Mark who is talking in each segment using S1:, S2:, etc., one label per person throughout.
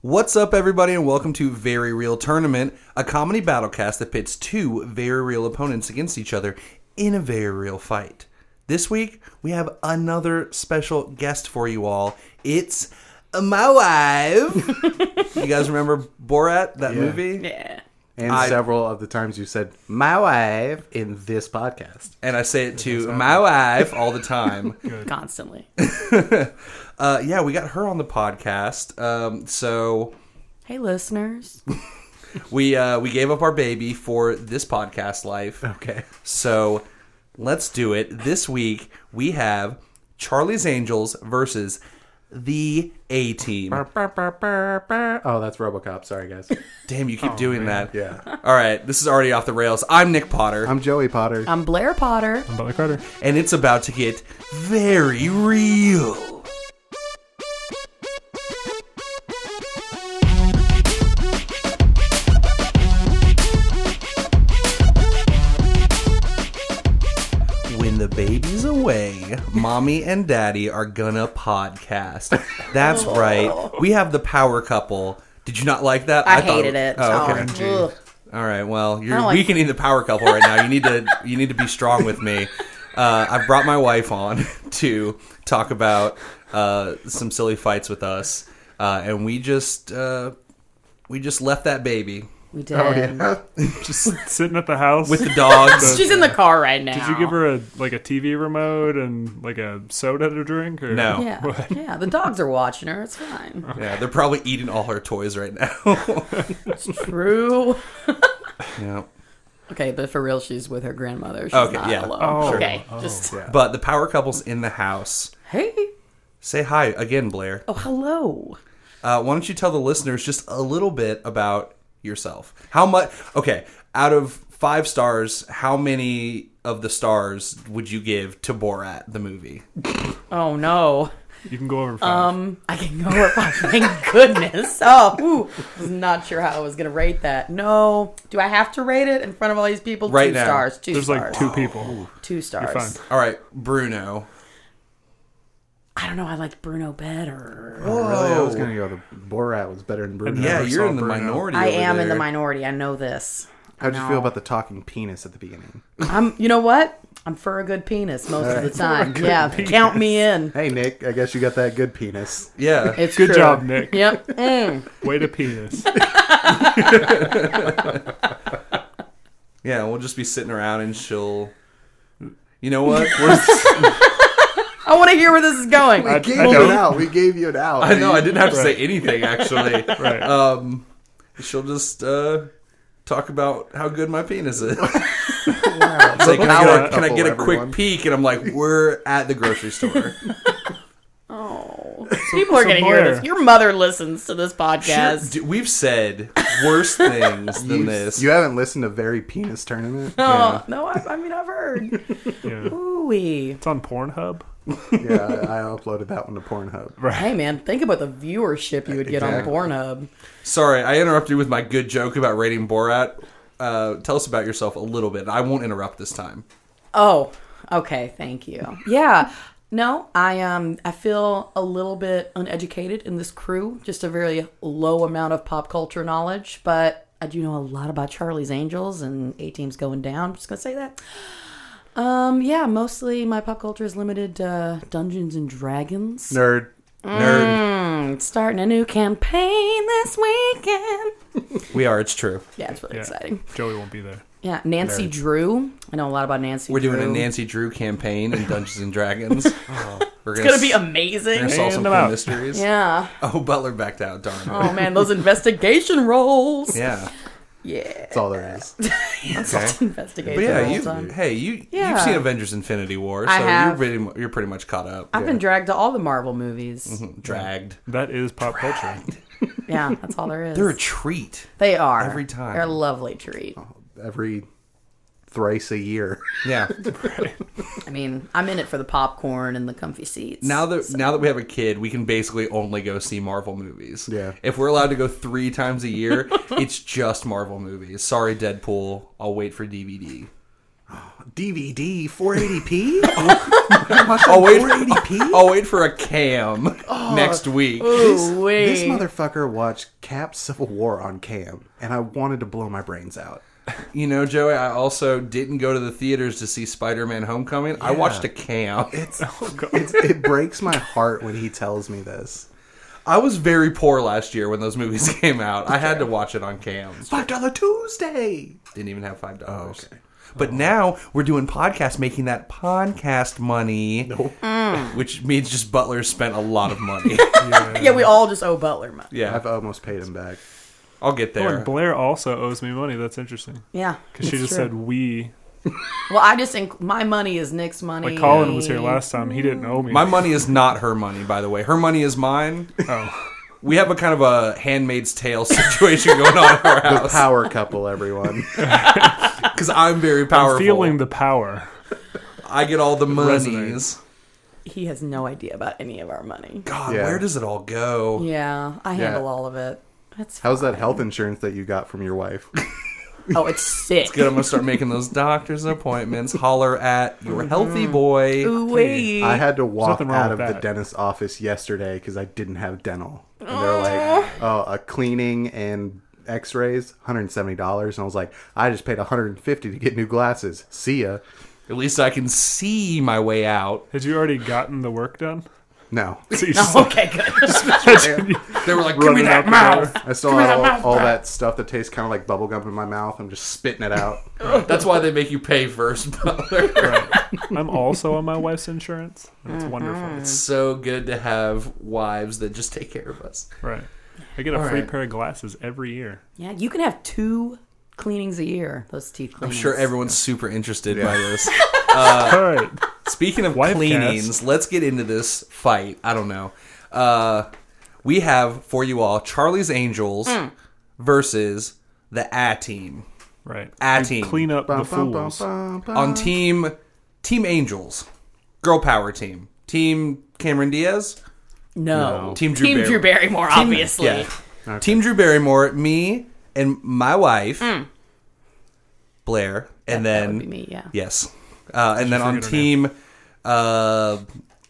S1: What's up, everybody, and welcome to Very Real Tournament, a comedy battlecast that pits two very real opponents against each other in a very real fight. This week, we have another special guest for you all. It's my wife. you guys remember Borat, that
S2: Yeah.
S1: movie?
S3: Yeah.
S2: And
S1: I-
S2: several of the times you said my wife in this podcast.
S1: And I say it to my wife all the time.
S3: Constantly.
S1: uh, yeah, we got her on the podcast. Um, so
S3: hey, listeners.
S1: we uh, we gave up our baby for this podcast life.
S2: Okay.
S1: So let's do it. This week we have Charlie's Angels versus the A Team.
S2: Oh, that's RoboCop. Sorry, guys.
S1: Damn, you keep doing that.
S2: Oh, Yeah.
S1: All right, this is already off the rails. I'm Nick Potter,
S2: I'm Joey Potter.
S3: I'm Blair Potter.
S4: Butler Carter.
S1: and it's about to get very real. When the baby's away, mommy and daddy are gonna podcast. That's
S3: Oh.
S1: right. We have the power couple. Did you not like that?
S3: I, hated it.
S1: Oh, okay.
S3: Oh, ugh.
S1: All right. Well, you're
S3: don't like-
S1: weakening the power couple right now. You need to you need to be strong with me. Uh, I've brought my wife on to talk about uh, some silly fights with us, uh, and we just uh, we just left that baby
S3: We did.
S4: Oh, Just sitting at the house.
S1: with the dogs.
S3: She's in the car right now.
S4: Did you give her a like a TV remote and like a soda to drink? Or
S1: No.
S3: Yeah. Yeah. The dogs are watching her. It's fine.
S1: yeah, they're probably eating all her toys right now.
S3: True.
S1: yeah.
S3: Okay, but for real, she's with her grandmother. She's
S1: Okay,
S3: not
S1: yeah.
S3: alone.
S4: Oh, sure.
S3: okay. Just
S2: yeah.
S1: But the power couple's in the house.
S3: hey.
S1: Say hi again, Blair.
S3: Oh, hello.
S1: Uh, why don't you tell the listeners just a little bit about yourself? How much? Okay, out of five stars, how many of the stars would you give to Borat the movie?
S3: Oh no.
S4: You can go over five.
S3: Um, I can go over. Thank goodness. Oh, ooh, I was not sure how I was gonna rate that. No. Do I have to rate it in front of all these people?
S1: Right
S3: two
S1: now.
S3: stars. Two
S4: There's like
S3: stars.
S4: two people.
S3: two stars.
S4: fine.
S1: All right, Bruno.
S3: I don't know. I liked Bruno better.
S2: Really, I was going to go. The Borat was better than Bruno.
S1: yeah,
S4: Never
S1: you're
S4: saw
S1: in the
S4: Bruno.
S1: minority.
S3: I
S1: over
S3: am in the
S1: there.
S3: minority. I know this.
S2: How'd you
S3: No.
S2: feel about the talking penis at the beginning?
S3: I'm. You know what? I'm for a good penis most of the time. Yeah, count me in.
S2: Hey, Nick, I guess you got that good penis.
S1: Yeah.
S3: It's
S4: Good
S3: true.
S4: job, Nick.
S3: Yep. Mm.
S4: Way to penis.
S1: Yeah, we'll just be sitting around and she'll. You know what? We're-
S3: I want to hear where this is going.
S2: We
S4: I-
S2: gave
S4: I
S2: you
S4: don't-
S2: an out. We gave you an out.
S1: I know I didn't have to say anything actually.
S4: Right.
S1: Um, she'll just uh, talk about how good my penis is. It's like, can, I
S2: Power
S1: get a, can I
S2: couple,
S1: get a quick
S2: everyone.
S1: peek? And I'm like, we're at the grocery store.
S3: Oh, people are
S4: so
S3: gonna hear
S4: Blair-
S3: this. Your mother listens to this podcast.
S1: Sure, d- we've said worse things than this.
S2: You haven't listened to Very Penis Tournament?
S3: Oh, no, I, I mean I've heard.
S4: Yeah.
S3: Ooh-wee.
S4: It's on Pornhub.
S2: yeah, I I uploaded that one to Pornhub.
S3: Hey man, think about the viewership you would get
S2: Exactly.
S3: on Pornhub.
S1: Sorry, I interrupted you with my good joke about rating Borat. Uh, tell us about yourself a little bit. I won't interrupt this time.
S3: Oh, okay. Thank you. Yeah. No, I um I feel a little bit uneducated in this crew, just a very low amount of pop culture knowledge, but I do know a lot about Charlie's Angels and A Team's going down. I'm just gonna say that. Um, yeah, mostly my pop culture is limited to uh, Dungeons and Dragons.
S2: Nerd.
S1: Nerd,
S3: Mm, starting a new campaign this weekend. Mm.
S1: we are. It's true.
S3: Yeah, it's really
S4: Yeah.
S3: exciting.
S4: Joey won't be there.
S3: Yeah, Nancy Drew. I know a lot about Nancy.
S1: We're doing
S3: Drew.
S1: a Nancy Drew campaign in Dungeons and Dragons. We're
S3: It's gonna
S1: s-
S3: be
S1: we're gonna
S3: amazing.
S1: solve
S4: Oh. Hand
S1: some
S4: them
S1: cool
S4: out.
S1: mysteries.
S3: Yeah.
S1: Oh, Butler backed out. Darn. it.
S3: Oh man, those investigation rolls.
S1: Yeah,
S3: Yeah.
S2: That's all there is.
S3: investigation
S1: but yeah,
S3: rolls.
S1: you
S3: um,
S1: hey you you've
S3: Yeah.
S1: seen Avengers: Infinity War, so
S3: I
S1: you're
S3: have.
S1: pretty mu- you're pretty much caught up.
S3: I've been dragged to all the Marvel movies.
S1: Mm-hmm. Dragged.
S4: That is pop culture. Oh,
S3: Yeah, that's all there is.
S1: They're a treat.
S3: They are.
S1: every time. Oh,
S3: They're a lovely treat.
S2: Every thrice a year.
S1: Yeah.
S3: I mean, I'm in it for the popcorn and the comfy seats.
S1: Now that now that we have a kid, we can basically only go see Marvel movies.
S2: Yeah.
S1: If we're allowed to go three times a year, it's just Marvel movies. Sorry, Deadpool. I'll wait for DVD.
S2: DVD 480p. I watched
S1: I'll
S2: on
S1: wait,
S2: 480p.
S1: I'll wait for a cam
S2: Oh.
S1: next week.
S2: This,
S3: Ooh, wait.
S2: this motherfucker watched Cap Civil War on cam, and I wanted to blow my brains out.
S1: You know, Joey, I also didn't go to the theaters to see Spider Man Homecoming. I watched a cam.
S2: It's, it's it breaks my heart when he tells me this.
S1: I was very poor last year when those movies came out. I had to watch it on cams.
S2: Five Dollar Tuesday.
S1: Didn't even have five dollars. But now we're doing podcasts, making that podcast money,
S3: Mm.
S1: which means just Butler spent a lot of money.
S3: yeah, we all just owe Butler money.
S1: yeah,
S2: I've almost paid him back.
S1: I'll get
S4: Oh,
S1: there.
S4: and Blair also owes me money. That's interesting.
S3: Yeah,
S4: Because she
S3: it's
S4: just
S3: true.
S4: said we.
S3: "Well, I just think my money is Nick's money."
S4: Like Colin was here last time. He didn't owe me.
S1: My money is not her money, by the way. Her money is mine.
S4: Oh.
S1: We have a kind of a Handmaid's Tale situation going on in our
S2: The
S1: house
S2: power couple, everyone.
S1: because I'm very powerful.
S4: Feeling the power.
S1: I get all the monies.
S4: resonates.
S3: He has no idea about any of our money.
S1: God,
S2: Yeah.
S1: where does it all go?
S3: Yeah, I
S2: Yeah.
S3: handle all of it. That's
S2: How's that health insurance that you got from your wife?
S3: oh, it's sick.
S1: Good, I'm gonna start making those doctor's appointments. Holler at your healthy boy.
S3: Ooh, wait.
S2: I had to walk
S4: nothing wrong
S2: out of
S4: with
S2: the
S4: that.
S2: dentist's office yesterday because I didn't have dental. And they're like, oh, a cleaning and x rays, $170. And I was like, I just paid 150 to get new glasses. See ya.
S1: At least I can see my way out.
S4: Had you already gotten the work done?
S2: No.
S4: So you
S3: Oh, okay, good.
S1: They were like, "Give me
S4: running
S1: that
S4: out the
S1: mouth."
S4: door.
S2: I still had all, all that stuff that tastes kind of like bubblegum in my mouth. I'm just spitting it out.
S1: That's why they make you pay first, brother.
S4: I'm also on my wife's insurance. That's
S1: Mm-hmm.
S4: wonderful.
S1: it's so good to have wives that just take care of us.
S4: Right. I get a free
S1: right.
S4: pair of glasses every year.
S3: Yeah, you can have two cleanings a year. Those teeth.
S1: I'm
S3: Cleanings.
S1: sure everyone's super interested by this. Uh,
S4: All right.
S1: Speaking of
S4: Wife
S1: cleanings,
S4: cast.
S1: let's get into this fight. I don't know. Uh, we have for you all Charlie's Angels
S4: Hmm.
S1: versus the A Team.
S4: Right.
S1: A
S4: We
S1: Team
S4: Clean up the
S2: Bum, bum, bum,
S4: fools.
S2: bum, bum.
S1: on Team Team Angels, Girl Power Team, Team Cameron Diaz,
S3: No.
S1: Team Drew Barry-
S3: Barrymore, obviously.
S1: yeah, Team Drew Barrymore, me and my wife, Blair, and
S3: Mm. That
S1: then
S3: would be me, yeah.
S1: yes, uh, and then on
S4: forget her name.
S1: Team uh,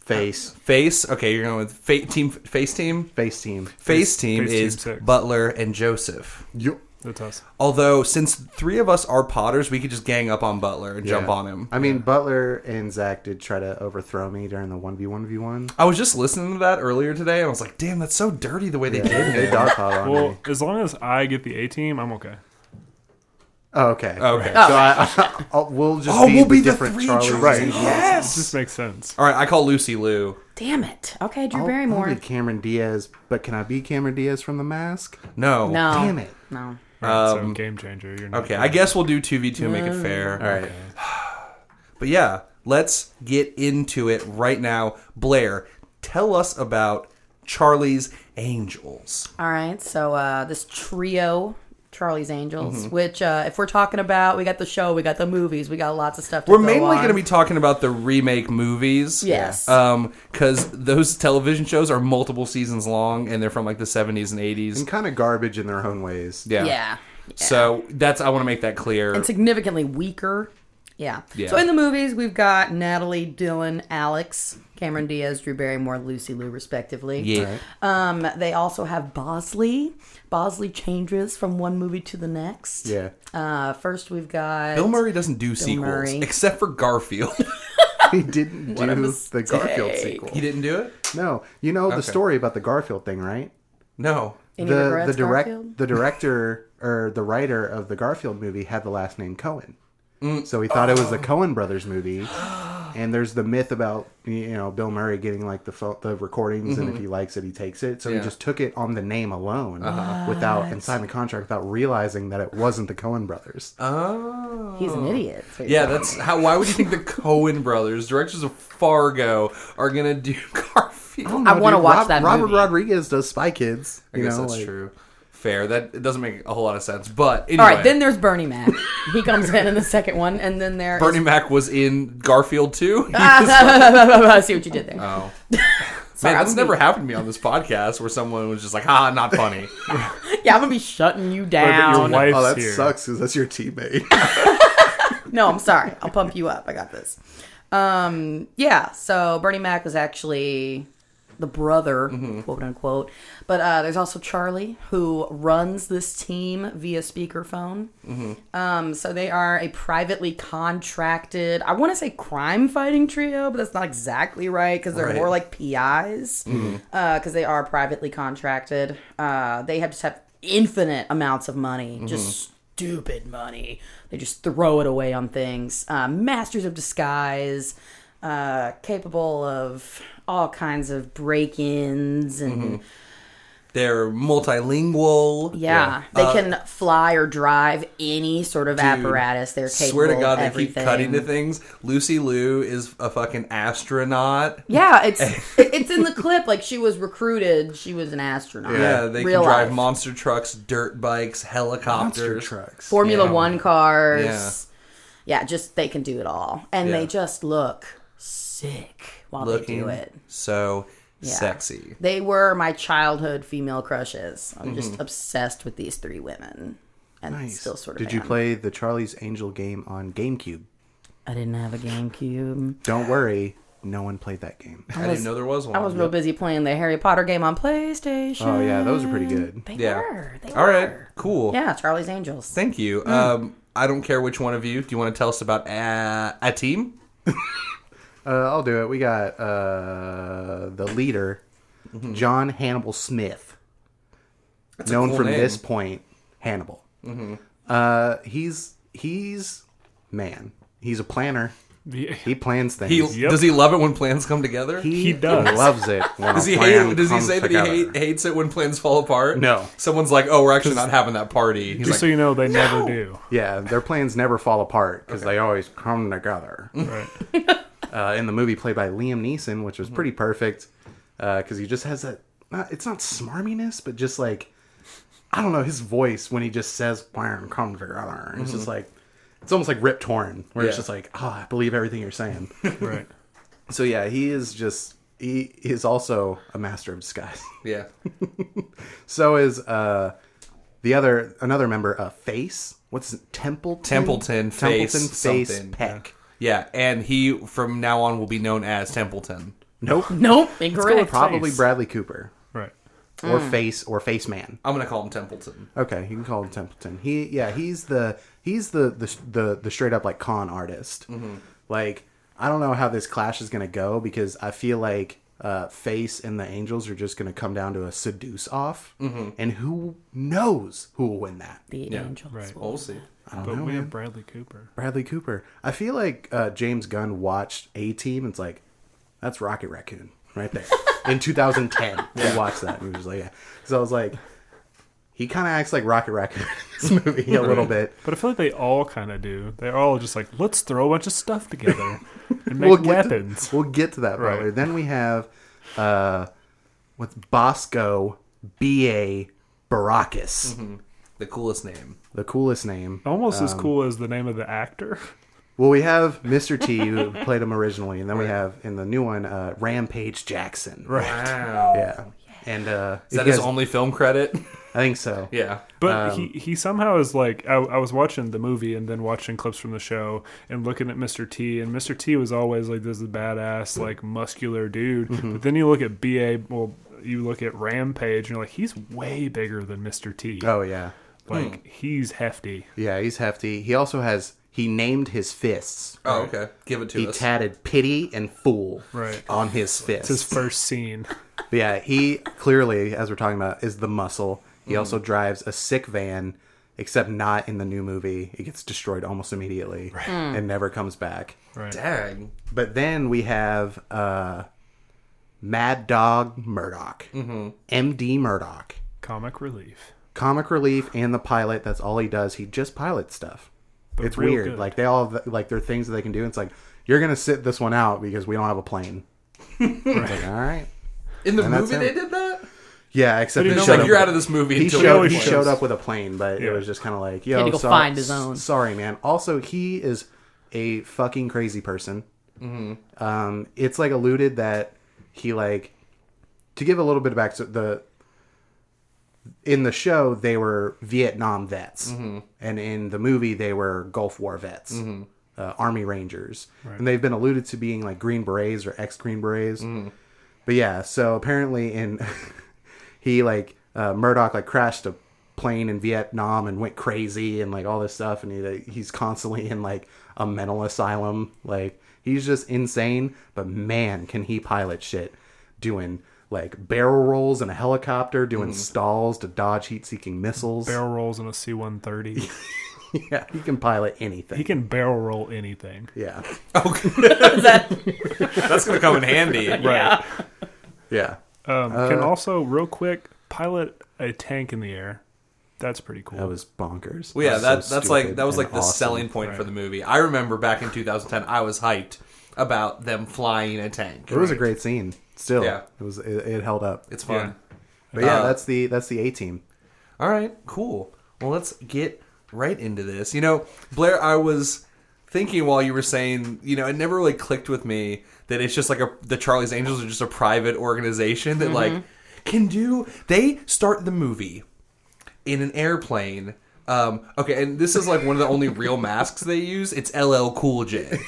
S2: Face.
S1: Face. Okay, you're going with fa- Team Face Team.
S2: Face team.
S1: Face Team
S4: Face Team
S1: is
S4: six.
S1: Butler and Joseph.
S2: You-
S4: That's us.
S1: Although, since three of us are Potters, we could just gang up on Butler and jump
S2: Yeah.
S1: on him.
S2: I mean, Butler and Zach did try to overthrow me during the 1v1v1.
S1: I was just listening to that earlier today, and I was like, "Damn, that's so dirty the way they did it."
S2: They dogpiled on me.
S4: Well, as long as I get the A team, I'm okay.
S2: Oh, okay.
S1: Okay.
S2: So I, I'll, we'll just
S1: Oh,
S2: be
S1: we'll
S2: the
S1: be the
S2: different
S1: three
S2: Charlie.
S1: Charlies.
S4: Right.
S1: Yes.
S4: This makes sense.
S1: All right, I call Lucy Lou.
S3: Damn it. Okay, Drew
S1: Oh,
S2: I'll- I'll
S3: Barrymore.
S2: be Cameron Diaz, but can I be Cameron Diaz from The Mask?
S1: No.
S3: No.
S2: Damn it.
S3: No.
S4: All right, so game changer. You're not
S1: Um, Okay, I guess we'll do 2v2 and make
S3: Mm.
S1: it fair.
S2: All right.
S1: But yeah, let's get into it right now. Blair, tell us about Charlie's Angels.
S3: All right, so uh, this trio, Charlie's Angels,
S1: Mm-hmm.
S3: which uh, if we're talking about, we got the show, we got the movies, we got lots of stuff. To
S1: We're
S3: go
S1: mainly
S3: on.
S1: going to be talking about the remake movies.
S3: Yes.
S1: Um, cuz those television shows are multiple seasons long and they're from like the 70s and 80s.
S2: And kind of garbage in their own ways.
S1: Yeah.
S3: yeah,
S1: So that's I want to make that clear.
S3: and significantly weaker. Yeah.
S1: Yeah.
S3: So in the movies, we've got Natalie, Dylan, Alex, Cameron Diaz, Drew Barrymore, Lucy Liu, respectively.
S1: yeah.
S3: Um, they also have Bosley. Bosley changes from one movie to the next.
S2: Yeah.
S3: Uh, first, we've got
S1: Bill Murray doesn't do sequels
S3: Murray.
S1: except for Garfield.
S2: He didn't
S3: a
S2: do the Garfield
S3: mistake.
S2: sequel.
S1: he didn't do it?
S2: No. You know the story about the Garfield thing, right?
S1: No.
S3: Any
S2: the
S3: regrets,
S2: the direct
S3: Garfield?
S2: the director or the writer of the Garfield movie had the last name Cohen. So he thought it was the Cohen brothers movie. And there's the myth about you know Bill Murray getting like the pho- the recordings, and if he likes it, he takes it. So
S1: Yeah.
S2: he just took it on the name alone, without and signed the contract without realizing that it wasn't the Cohen brothers.
S1: Oh.
S3: He's an idiot. so
S1: Yeah, that's how. Why would you think the Cohen brothers, directors of Fargo, are gonna do Garfield?
S3: I wanna
S2: dude,
S3: watch that
S2: Robert
S3: movie.
S2: Rodriguez does Spy Kids.
S1: I
S2: you
S1: guess
S2: know,
S1: that's
S2: like-
S1: true. Fair. That it doesn't make a whole lot of sense. But anyway,
S3: All right, then there's Bernie Mac. he comes in in the second one, and then there.
S1: Bernie Mac was in Garfield too.
S3: I see what you did there.
S1: oh.
S3: Sorry,
S1: Man,
S3: I'm
S1: that's
S3: gonna
S1: never happened to me on this podcast where someone was just like, "Ha, not funny."
S3: be- yeah, I'm gonna be shutting you
S4: But your
S3: down.
S4: wife's
S2: Oh, that
S4: here.
S2: sucks because that's your teammate.
S3: no, I'm sorry. I'll pump you up. I got this. Um, yeah, so Bernie Mac was actually the brother, quote unquote. But uh, there's also Charlie, who runs this team via speakerphone. Um, so they are a privately contracted, I want to say crime fighting trio, but that's not exactly right because they're
S1: Right. Mm-hmm.
S3: more like PIs because they are privately contracted. Uh, they have just have infinite amounts of money,
S1: Mm-hmm.
S3: just stupid money. They just throw it away on things. Uh, masters of disguise, uh, capable of all kinds of break-ins and
S1: Mm-hmm. They're multilingual.
S3: yeah, they
S1: Uh,
S3: can fly or drive any sort of apparatus. They're capable.
S1: Swear to God,
S3: of
S1: they
S3: everything.
S1: keep cutting to things. Lucy Liu is a fucking astronaut.
S3: Yeah, it's it- it's in the clip. Like she was recruited. She was an astronaut.
S1: Yeah, Uh, they
S3: Real
S1: can drive
S3: life.
S1: monster trucks, dirt bikes,
S2: Monster
S1: helicopters.
S2: trucks.
S3: Formula
S1: Yeah.
S3: One cars. Yeah. just they can do it all, and
S1: Yeah.
S3: they just look sick while they
S1: Looking
S3: do it.
S1: so sexy.
S3: They were my childhood female crushes. I'm
S1: Mm-hmm.
S3: just obsessed with these three women, and
S2: Nice.
S3: still sort of.
S2: Did you
S3: am.
S2: play the Charlie's Angel game on GameCube?
S3: I didn't have a GameCube.
S2: Don't worry, no one played that game.
S1: I, didn't know there was one.
S3: I was real busy playing the Harry Potter game on PlayStation.
S2: Oh yeah, those are pretty good.
S3: They
S1: Yeah.
S3: were. They
S1: All right,
S3: were.
S1: cool.
S3: Yeah, Hmm. Charlie's Angels.
S1: Thank you. Um, I don't care which one of you. Do you want to tell us about uh, a team?
S2: Uh, I'll do it. We got uh, the leader, John Hannibal Smith,
S1: Mm-hmm. a
S2: known
S1: cool
S2: from
S1: name. Mm-hmm.
S2: this point Hannibal. Uh, he's he's man. He's a planner.
S4: Yeah.
S2: He plans things.
S1: He
S4: Yep.
S1: does he love it when plans come together?
S4: he does.
S2: loves it. when
S1: does
S2: a
S1: he
S2: plan
S1: hate? Does he
S2: comes
S1: say that he
S2: together.
S1: hate, hates it when plans fall apart?
S2: No.
S1: Someone's like, "Oh, we're actually not having that party." He's
S4: Just
S1: like,
S4: so you know, they never do.
S2: Yeah, their plans never fall apart because they always come together.
S4: Right.
S2: uh, in the movie played by Liam Neeson, which was
S1: Hmm.
S2: pretty perfect because he just has that. Not, it's not smarminess, but just like I don't know his voice when he just says "Iron come together." It's just like it's almost like Rip Torn,
S1: Hmm.
S2: where
S1: Yeah.
S2: it's just like, "Oh, I believe everything you're saying."
S4: Right.
S2: so yeah, he is just he is also a master of disguise.
S1: yeah,
S2: so is uh the other another member, uh, Face. What's his- Templeton?
S1: Templeton Face
S2: Templeton Face
S1: something,
S2: Peck.
S1: yeah, and he from now on will be known as Templeton.
S2: Nope.
S3: Nope,
S4: go
S3: incorrect.
S4: with Pro-
S2: Probably
S4: Face.
S2: Bradley Cooper.
S4: Right.
S2: or face or face man.
S1: I'm gonna call him Templeton.
S2: Mm. Okay, you can call him Templeton. He yeah, he's the he's the the the, the straight up like con artist. Like I don't know how this clash is gonna go because I feel like uh, face and the angels are just gonna come down to a seduce off, and who knows who will win that?
S3: The Angels.
S4: right.
S1: We'll see.
S4: But we have Bradley Cooper.
S2: Bradley Cooper. I feel like uh, James Gunn watched A Team and it's like, that's Rocket Raccoon right there. In 2010, he watched that and he was just like, yeah. So I was like, he kind of acts like Rocket Raccoon in this movie a little bit.
S4: But I feel like they all kind of do. They're all just like, let's throw a bunch of stuff together and make
S2: We'll get, to,
S4: weapons.
S2: we'll get to that
S4: Right.
S2: later. Then we have uh, what's Bosco B.A. Baracus,
S4: Mm-hmm.
S1: The coolest name.
S2: the coolest name.
S4: Almost as
S1: Um,
S4: cool as the name of the actor.
S2: Well, we have Mr. T, who played him originally, and then we have in the new one, uh, Rampage Jackson. Right.
S1: Wow.
S2: Yeah.
S4: Oh,
S2: And uh,
S1: Is that
S2: if you
S1: his
S2: guys-
S1: only film credit?
S2: I think so.
S1: yeah.
S4: But
S2: Um,
S4: he, he somehow is like I, I was watching the movie and then watching clips from the show and looking at Mr. T and Mr. T was always like this badass like muscular dude.
S2: Mm-hmm.
S4: But then you look at BA well you look at Rampage and you're like he's way bigger than Mr. T.
S2: Oh yeah,
S4: Like he's hefty.
S2: yeah. He's hefty. He also has. He named his fists.
S1: Oh, okay. Give it to
S2: He
S1: us.
S2: tatted pity and fool
S4: Right.
S2: on his fists.
S4: It's his first scene.
S2: But yeah, he clearly, as we're talking about, is the muscle.
S4: Mm.
S2: He also drives a sick van, except not in the new movie. It gets destroyed almost immediately
S1: Hmm.
S2: and never comes back.
S4: Right.
S1: Dang.
S2: But then we have uh, Mad Dog Murdoch,
S1: Mm-hmm.
S2: MD Murdoch,
S4: Comic relief.
S2: comic relief and the pilot. That's all he does. He just pilots stuff.
S4: But
S2: it's
S4: real
S2: weird.
S4: good.
S2: Like they all have, like there are things that they can do. It's like you're gonna sit this one out because we don't have a plane. It's like, all right.
S1: In the
S2: And that's
S1: movie, they
S2: him.
S1: did that.
S2: Yeah, except
S4: But
S2: he
S4: he
S1: No,
S4: Shut
S2: showed
S1: like
S4: up.
S1: you're out of this movie.
S2: He
S1: until
S2: showed,
S1: we
S2: he
S1: watch
S2: showed
S1: this.
S2: up with a plane, but it
S4: Yeah.
S2: was just kind of like,
S3: had
S2: yo,
S3: to go
S2: so-
S3: find his own.
S2: Sorry, man. Also, he is a fucking crazy person.
S4: Mm-hmm.
S2: Um, it's like alluded that he like to give a little bit of back the in the show
S4: Mm-hmm.
S2: they were Vietnam vets, and in the movie they were Gulf War vets. uh, Army Rangers, and they've been alluded to being like Green Berets or ex Green Berets.
S4: Mm-hmm.
S2: But yeah, so apparently in he like uh, Murdoch like crashed a plane in Vietnam and went crazy and like all this stuff, and he like, he's constantly in like a mental asylum. Like he's just insane. But man, can he pilot shit? Doing like barrel rolls in a helicopter,
S1: Mm.
S2: doing stalls to dodge heat-seeking missiles.
S4: barrel rolls in a C one thirty.
S2: yeah, he can pilot anything.
S4: He can barrel roll anything.
S2: yeah,
S1: That's going to come in handy.
S4: Right.
S2: yeah. Uh,
S4: Um, can also real quick pilot a tank in the air. That's pretty cool.
S2: That was bonkers.
S1: Well, yeah,
S2: That
S1: that,
S2: was so
S1: that's like
S2: stupid
S1: that was
S2: and
S1: like the
S2: awesome.
S1: selling point for the movie. I remember back in 2010, I was hyped about them flying a tank.
S2: It was a great scene. Still,
S1: Yeah.
S2: it was it, it held up.
S1: It's fun.
S2: But yeah,
S1: Uh,
S2: that's the that's the A team.
S1: All right, cool. Well, let's get right into this. You know, Blair, I was thinking while you were saying, you know, it never really clicked with me that it's just like a the Charlie's Angels are just a private organization that like can do. They start the movie in an airplane. Um, okay, and this is like one of the only real masks they use. It's LL Cool J.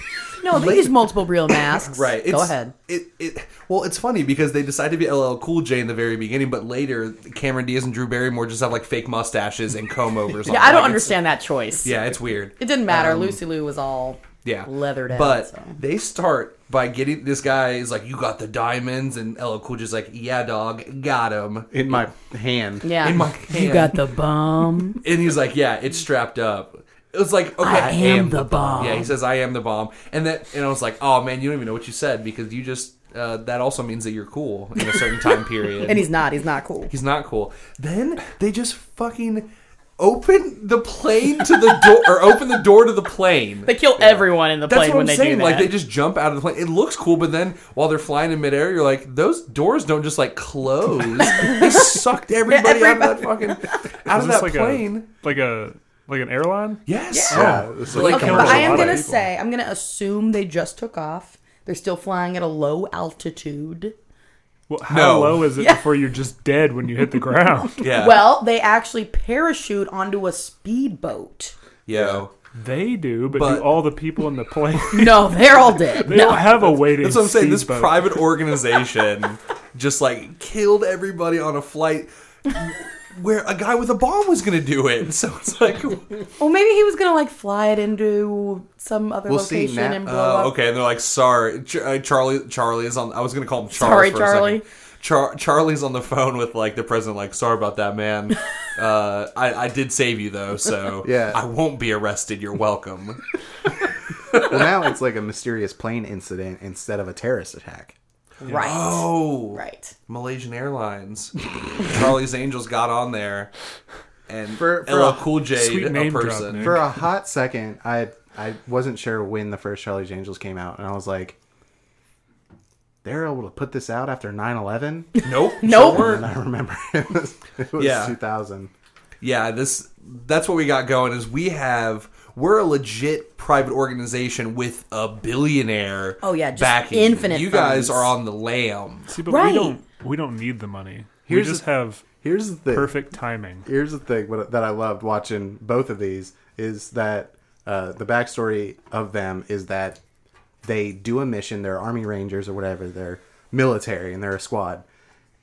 S3: No, they use multiple real masks.
S1: Right.
S3: Go
S1: it's-
S3: ahead.
S1: It, it well, it's funny because they decided to be LL Cool J in the very beginning, but later Cameron Diaz and Drew Barrymore just have like fake mustaches and comb overs. on.
S3: Yeah, I don't
S1: Like, it's-
S3: understand that choice.
S1: Yeah, it's weird.
S3: It didn't matter. Lucy Lou was all
S1: Yeah,
S3: leathered out.
S1: But
S3: so.
S1: they start by getting this guy is like, "You got the diamonds," and LL Cool J's like, "Yeah, dog, got him."
S2: In my hand.
S3: yeah.
S1: in my
S3: You
S1: hand.
S3: got the bomb.
S1: And he's like, "Yeah, it's strapped up." It was like, okay,
S3: I am the bomb.
S1: Yeah, he says, "I am the bomb," and that, and I was like, "Oh man, you don't even know what you said because you just uh, that also means that you're cool in a certain time period."
S3: and he's not. He's not cool.
S1: He's not cool. Then they just fucking open the plane to the door, or open the door to the plane.
S3: They kill everyone in the
S1: That's
S3: plane
S1: what
S3: when
S1: I'm
S3: they
S1: saying.
S3: do that.
S1: Like they just jump out of the plane. It looks cool, but then while they're flying in midair, you're like, those doors don't just like close. they sucked everybody, out of that fucking out of
S4: this
S1: that
S4: like a-
S1: plane.
S4: Like a like an airline.
S1: Yes.
S2: Yeah,
S1: Oh,
S2: it's
S1: like
S2: like
S1: a
S3: Okay,
S4: Killed
S3: but
S4: a
S3: I am
S4: lot of
S3: gonna
S4: people.
S3: say I'm gonna assume they just took off. They're still flying at a low altitude.
S4: Well, how
S1: No.
S4: low is it
S3: Yeah.
S4: before you're just dead when you hit the ground?
S1: yeah.
S3: Well, they actually parachute onto a speedboat.
S1: yo.
S4: They do, but,
S1: But-
S4: do all the people in the plane?
S3: No, they're all dead.
S4: They don't have a waiting.
S1: That's what I'm saying. This
S4: speedboat.
S1: private organization just like killed everybody on a flight where a guy with a bomb was going to do it. So it's like, oh,
S3: Well, maybe he was gonna like fly it into some other
S2: We'll see,
S3: location
S2: Nat.
S3: and blow up.
S1: Oh, okay. And they're like, sorry, Ch- uh, Charlie. Charlie is on. I was gonna call him Charlie.
S3: Sorry,
S1: for A
S3: Charlie.
S1: second. Char- Charlie's on the phone with like the president. Like, sorry about that, man. Uh, I I did save you though, so
S2: Yeah.
S1: I won't be arrested. You're welcome.
S2: well, now it's like a mysterious plane incident instead of a terrorist attack.
S3: Right.
S1: Oh,
S3: Right.
S1: Malaysian Airlines. Charlie's Angels got on there, and
S2: For- for
S1: LL
S2: a
S1: Cool J,
S4: sweet
S1: a
S4: name drop,
S1: person.
S4: Nick.
S2: For a hot second, I I wasn't sure when the first Charlie's Angels came out, and I was like, they're able to put this out after 9-11?
S1: Nope.
S3: Nope.
S1: sure.
S2: And I remember it was, it was
S1: Yeah.
S2: 2000.
S1: yeah this that's what we got going is we have we're a legit private organization with a billionaire
S3: Oh, yeah, just
S1: backing.
S3: infinite
S1: you guys
S3: funds.
S1: are on the lam
S4: See, but
S3: Right.
S4: we don't. We don't need the money.
S2: Here's
S4: we just
S2: the-
S4: have
S2: Here's the thing.
S4: perfect timing.
S2: here's the thing what, that I loved watching both of these is that uh, the backstory of them is that they do a mission. They're Army Rangers or whatever. They're military and they're a squad,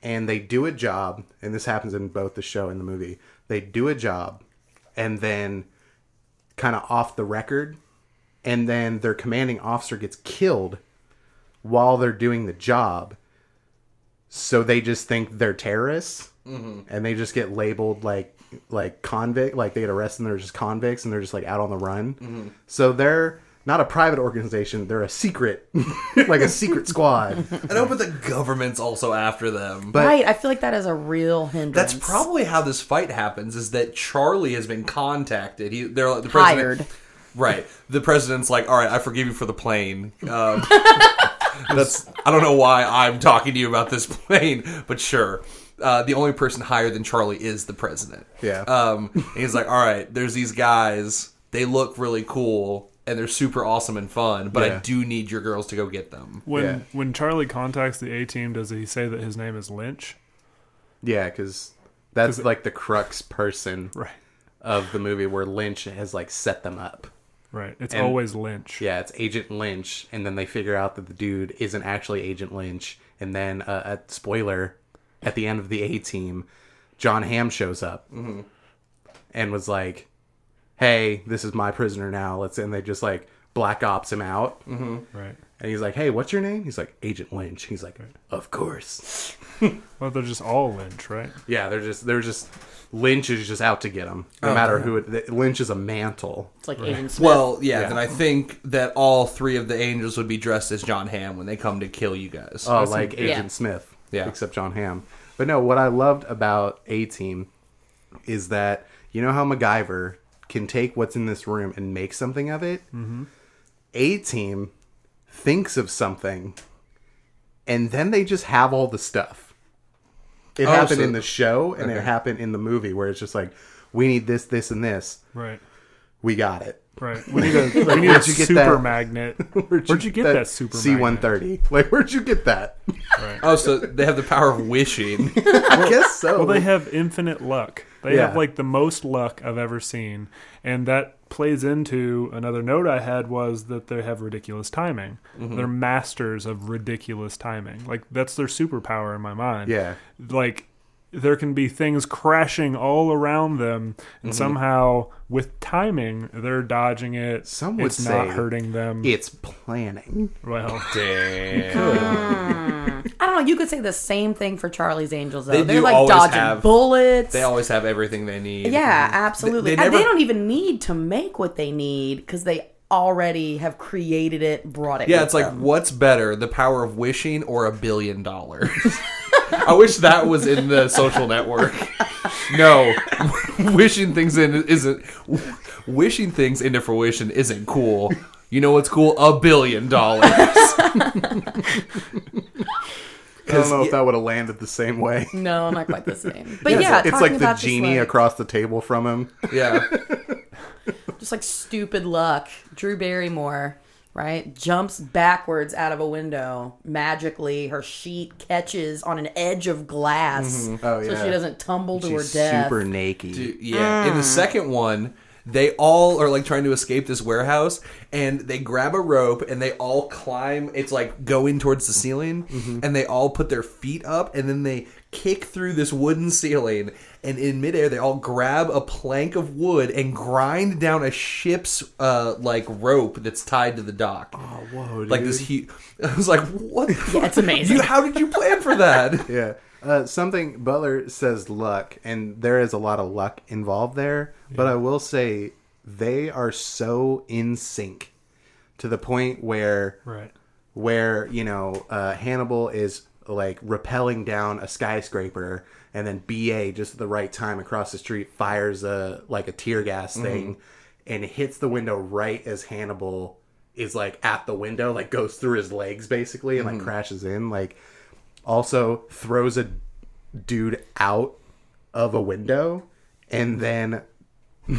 S2: and they do a job. And this happens in both the show and the movie. They do a job, and then kind of off the record, and then their commanding officer gets killed while they're doing the job. So they just think they're terrorists, and they just get labeled like like convict, like they get arrested and they're just convicts, and they're just like out on the run. So they're not a private organization; they're a secret, like a secret squad.
S1: i know but the government's also after them
S2: But-
S3: right. I feel like that is a real hindrance.
S1: that's probably how this fight happens is that charlie has been contacted he they're like the president
S3: Hired.
S1: right the president's like all right i forgive you for the plane um, that's i don't know why i'm talking to you about this plane but sure uh, the only person higher than charlie is the president
S2: Yeah.
S1: Um, and he's like, all right, there's these guys. They look really cool and they're super awesome and fun, but I
S2: Yeah.
S1: do need your girls to go get them.
S4: When
S2: Yeah.
S4: when Charlie contacts the A team, does he say that his name is Lynch?
S2: yeah, because that's like the crux person
S4: Right.
S2: of the movie where Lynch has like set them up.
S4: Right. It's
S2: And-
S4: always Lynch.
S2: Yeah, it's Agent Lynch, and then they figure out that the dude isn't actually Agent Lynch, and then uh, a spoiler at the end of the A Team, John Hamm shows up and was like, "Hey, this is my prisoner now." Let's and they just like black ops him out,
S4: Right.
S2: and he's like, "Hey, what's your name?" He's like, "Agent Lynch." He's like, "Of course."
S4: Well, they're just all Lynch, right?
S2: Yeah, they're just they're just Lynch is just out to get him, no matter who it. th- Lynch is a mantle.
S3: It's like Agent Smith.
S1: Well, yeah,
S2: Yeah.
S1: Then I think that all three of the angels would be dressed as John Hamm when they come to kill you guys.
S2: Oh, like
S3: Yeah.
S2: Agent Smith.
S1: Yeah.
S2: Except John Hamm. But no, what I loved about A Team is that you know how MacGyver can take what's in this room and make something of it? Mm-hmm. A Team thinks of something and then they just have all the stuff. It
S1: Oh,
S2: happened
S1: so-
S2: in the show and it
S1: okay.
S2: happened in the movie where it's just like, we need this, this, and this.
S4: Right.
S2: We got it.
S4: Right. We need a, we need a
S2: Where'd you get
S4: super
S2: that?
S4: magnet. Where'd you, get that, super
S2: C one
S4: magnet?
S2: thirty? Like, where'd you get that?
S1: Oh, so they have the power of wishing.
S2: I guess so.
S4: Well, they have infinite luck. They
S2: Oh. Yeah.
S4: have like the most luck I've ever seen, and that plays into another note I had was that they have ridiculous timing.
S2: Mm-hmm.
S4: They're masters of ridiculous timing. Like that's their superpower in my mind.
S2: Yeah.
S4: Like there can be things crashing all around them,
S2: Mm-hmm.
S4: and somehow with timing they're dodging it.
S2: Some would
S4: it's not
S2: say
S4: hurting them.
S2: It's planning.
S4: Well,
S3: I don't know. You could say the same thing for Charlie's Angels. Though.
S1: They
S3: They
S1: do
S3: are like
S1: always
S3: dodging
S1: have-
S3: bullets.
S1: They always have everything they need.
S3: yeah,
S1: They-
S3: absolutely. They,
S1: they
S3: and
S1: never-
S3: they don't even need to make what they need because they already have created it, brought it.
S1: Yeah,
S3: with
S1: it's like
S3: them.
S1: what's better, the power of wishing or a billion dollars? I wish that was in the social network. No, wishing things in isn't wishing things into fruition isn't cool. You know what's cool? A billion dollars.
S2: I don't know if that would have landed the same way.
S3: no, not quite the same. But
S2: It's-
S3: yeah,
S2: it's,
S3: talking
S2: like the
S3: about just,
S2: genie
S3: like-
S2: across the table from him.
S1: Yeah,
S3: just like stupid luck. Drew Barrymore, right, jumps backwards out of a window. Magically, her sheet catches on an edge of glass,
S1: Mm-hmm.
S2: Oh,
S3: so
S2: yeah.
S3: she doesn't tumble to
S2: She's
S3: her death.
S2: super naked.
S1: yeah. In the second one, they all are like trying to escape this warehouse, and they grab a rope and they all climb. It's like going towards the ceiling, and they all put their feet up, and then they kick through this wooden ceiling. And in midair, they all grab a plank of wood and grind down a ship's uh, like rope that's tied to the dock. Oh,
S2: whoa,
S1: Like this huge. I was like, what? the fuck?
S3: it's amazing.
S1: You, how did you plan for that?
S2: Yeah. Uh, something Butler says luck, and there is a lot of luck involved there. But I will say they are so in sync to the point where
S4: right.
S2: where you know uh, Hannibal is like rappelling down a skyscraper, and then BA just at the right time across the street fires a like a tear gas thing, and it hits the window right as Hannibal is like at the window, like goes through his legs basically, and like crashes in. Like also throws a dude out of a window, and then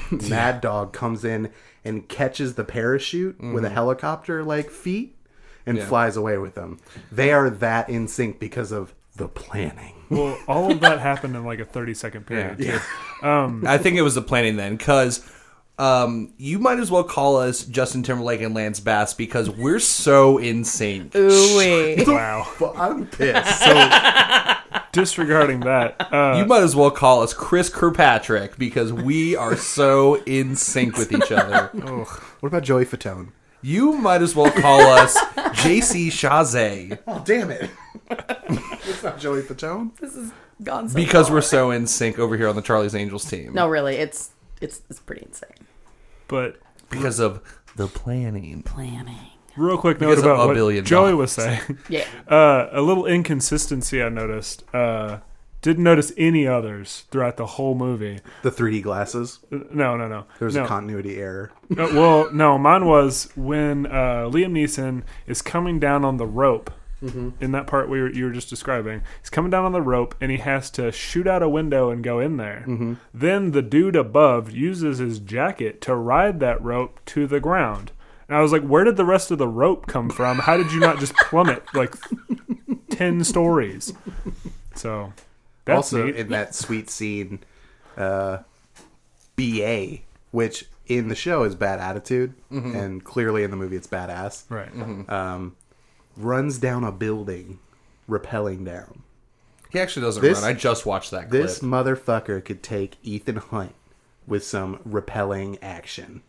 S2: Mad Dog comes in and catches the parachute with a helicopter like feet and flies away with them. They are that in sync because of the planning.
S4: Well, all of that happened in like a thirty-second period. too.
S1: I think it was the planning then, because um, you might as well call us Justin Timberlake and Lance Bass because we're so in sync.
S3: Ooh-wee.
S4: Wow.
S2: Well, I'm pissed. So
S4: Disregarding that, uh,
S1: You might as well call us Chris Kirkpatrick because we are so in sync with each other.
S2: what about Joey Fatone?
S1: You might as well call us JC Chazé
S2: Oh damn it. it's not Joey Fatone.
S3: this is gone so
S1: because we're so in sync over here on the Charlie's Angels team.
S3: No, really, it's it's it's pretty insane.
S4: but
S1: Because of the planning.
S3: Planning.
S4: real quick note
S1: Because of a
S4: about what
S1: billion
S4: Joey
S1: dollars.
S4: was saying.
S3: Yeah.
S1: Oh,
S4: Uh, a little inconsistency I noticed. Uh, didn't notice any others throughout the whole movie.
S2: The 3D glasses.
S4: Uh, No, no, no.
S2: There was
S4: no.
S2: a continuity error.
S4: Uh, well, no, mine was when uh, Liam Neeson is coming down on the rope.
S2: Mm-hmm.
S4: In that part we were, you were just describing, he's coming down on the rope and he has to shoot out a window and go in there.
S2: Mm-hmm.
S4: Then the dude above uses his jacket to ride that rope to the ground. And I was like, where did the rest of the rope come from? How did you not just plummet like 10 stories? So that's
S2: also
S4: neat.
S2: in that sweet scene, uh, BA which in the show is bad attitude, and clearly in the movie it's badass.
S4: Right.
S2: um, Runs down a building, rappelling down.
S1: He actually doesn't
S2: This-
S1: run. I just watched that clip.
S2: This motherfucker could take Ethan Hunt with some repelling action.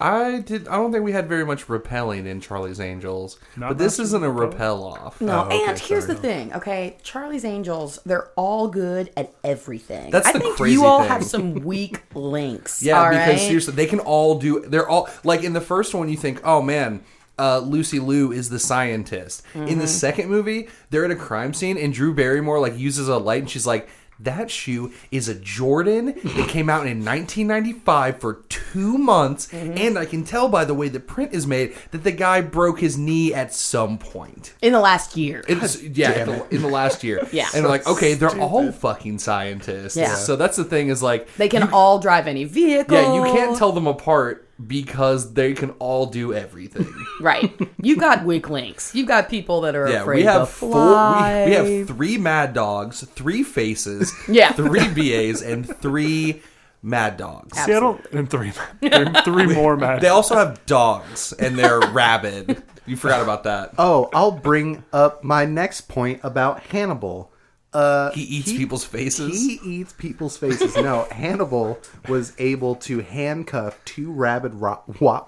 S1: I did. I don't think we had very much repelling in Charlie's Angels,
S4: Not
S1: but this
S4: much
S1: isn't a repel off.
S3: No,
S2: Oh, okay,
S3: and here's
S2: sorry.
S3: the thing, okay? Charlie's Angels, they're all good at everything.
S1: That's
S3: I
S1: the
S3: think
S1: crazy
S3: you all
S1: thing.
S3: have some weak links.
S1: Yeah,
S3: all
S1: because
S3: right?
S1: seriously, they can all do. They're all like in the first one. You think, oh man, uh, Lucy Liu is the scientist. In
S3: Mm-hmm.
S1: the second movie, they're at a crime scene, and Drew Barrymore like uses a light, and she's like, "That shoe is a Jordan that came out in 1995 for two months,
S3: Mm-hmm.
S1: and I can tell by the way the print is made that the guy broke his knee at some point."
S3: in the last year.
S1: It's, yeah, in the, in the last year.
S3: Yeah.
S1: and like, okay, they're all fucking scientists.
S3: Yeah.
S1: So that's the thing is like,
S3: they can all drive any vehicle.
S1: yeah, you can't tell them apart because they can all do everything.
S3: Right. You've got weak links. You've got people that are
S1: yeah,
S3: afraid
S1: we have
S3: to
S1: four.
S3: fly.
S1: We, we have three mad dogs, three faces,
S3: Yeah.
S1: three BAs, and three mad dogs.
S4: See, I don't. And three, and three more Matt.
S1: They also have dogs, and they're rabid. You forgot about that.
S2: Oh, I'll bring up my next point about Hannibal. Uh,
S1: he eats people's faces.
S2: He eats people's faces. No, Hannibal was able to handcuff two rabid rot- Wa-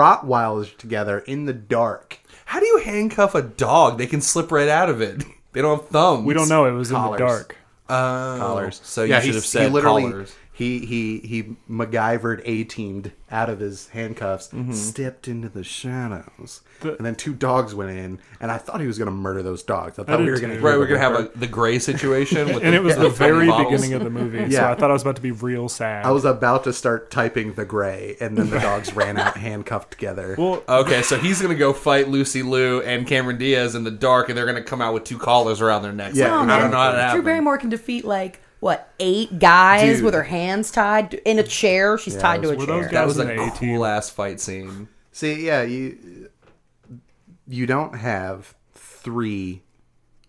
S2: Rottweilers together in the dark.
S1: How do you handcuff a dog? They can slip right out of it. They don't have thumbs.
S4: we don't know. It was
S2: Collars.
S4: in the dark.
S1: Oh,
S2: Collars.
S1: So you should
S2: he-
S1: have said
S2: he literally,
S1: collars.
S2: He he he MacGyvered a teamed out of his handcuffs,
S1: Mm-hmm.
S2: stepped into the shadows, and then two dogs went in. And I thought he was going to murder those dogs. I thought we
S4: did
S2: were going
S4: too.
S2: to
S1: Right, we're gonna have a, the gray situation, with
S4: And
S1: the,
S4: it was
S1: with
S4: the
S1: tiny
S4: very
S1: bottles.
S4: beginning of the movie, so
S2: Yeah.
S4: I thought I was about to be real sad.
S2: I was about to start typing the gray, and then the dogs ran out handcuffed together.
S4: well,
S1: Okay, so he's gonna go fight Lucy Liu and Cameron Diaz in the dark, and they're gonna come out with two collars around their necks.
S2: Yeah, Oh,
S1: Like, I don't know how that
S3: Drew
S1: happened.
S3: Barrymore can defeat like what eight guys
S2: Dude.
S3: with her hands tied in a chair. She's tied to a
S4: were
S3: chair.
S4: those guys-
S1: that was a
S4: 2018.
S1: cool ass fight scene.
S2: See, yeah, you you don't have three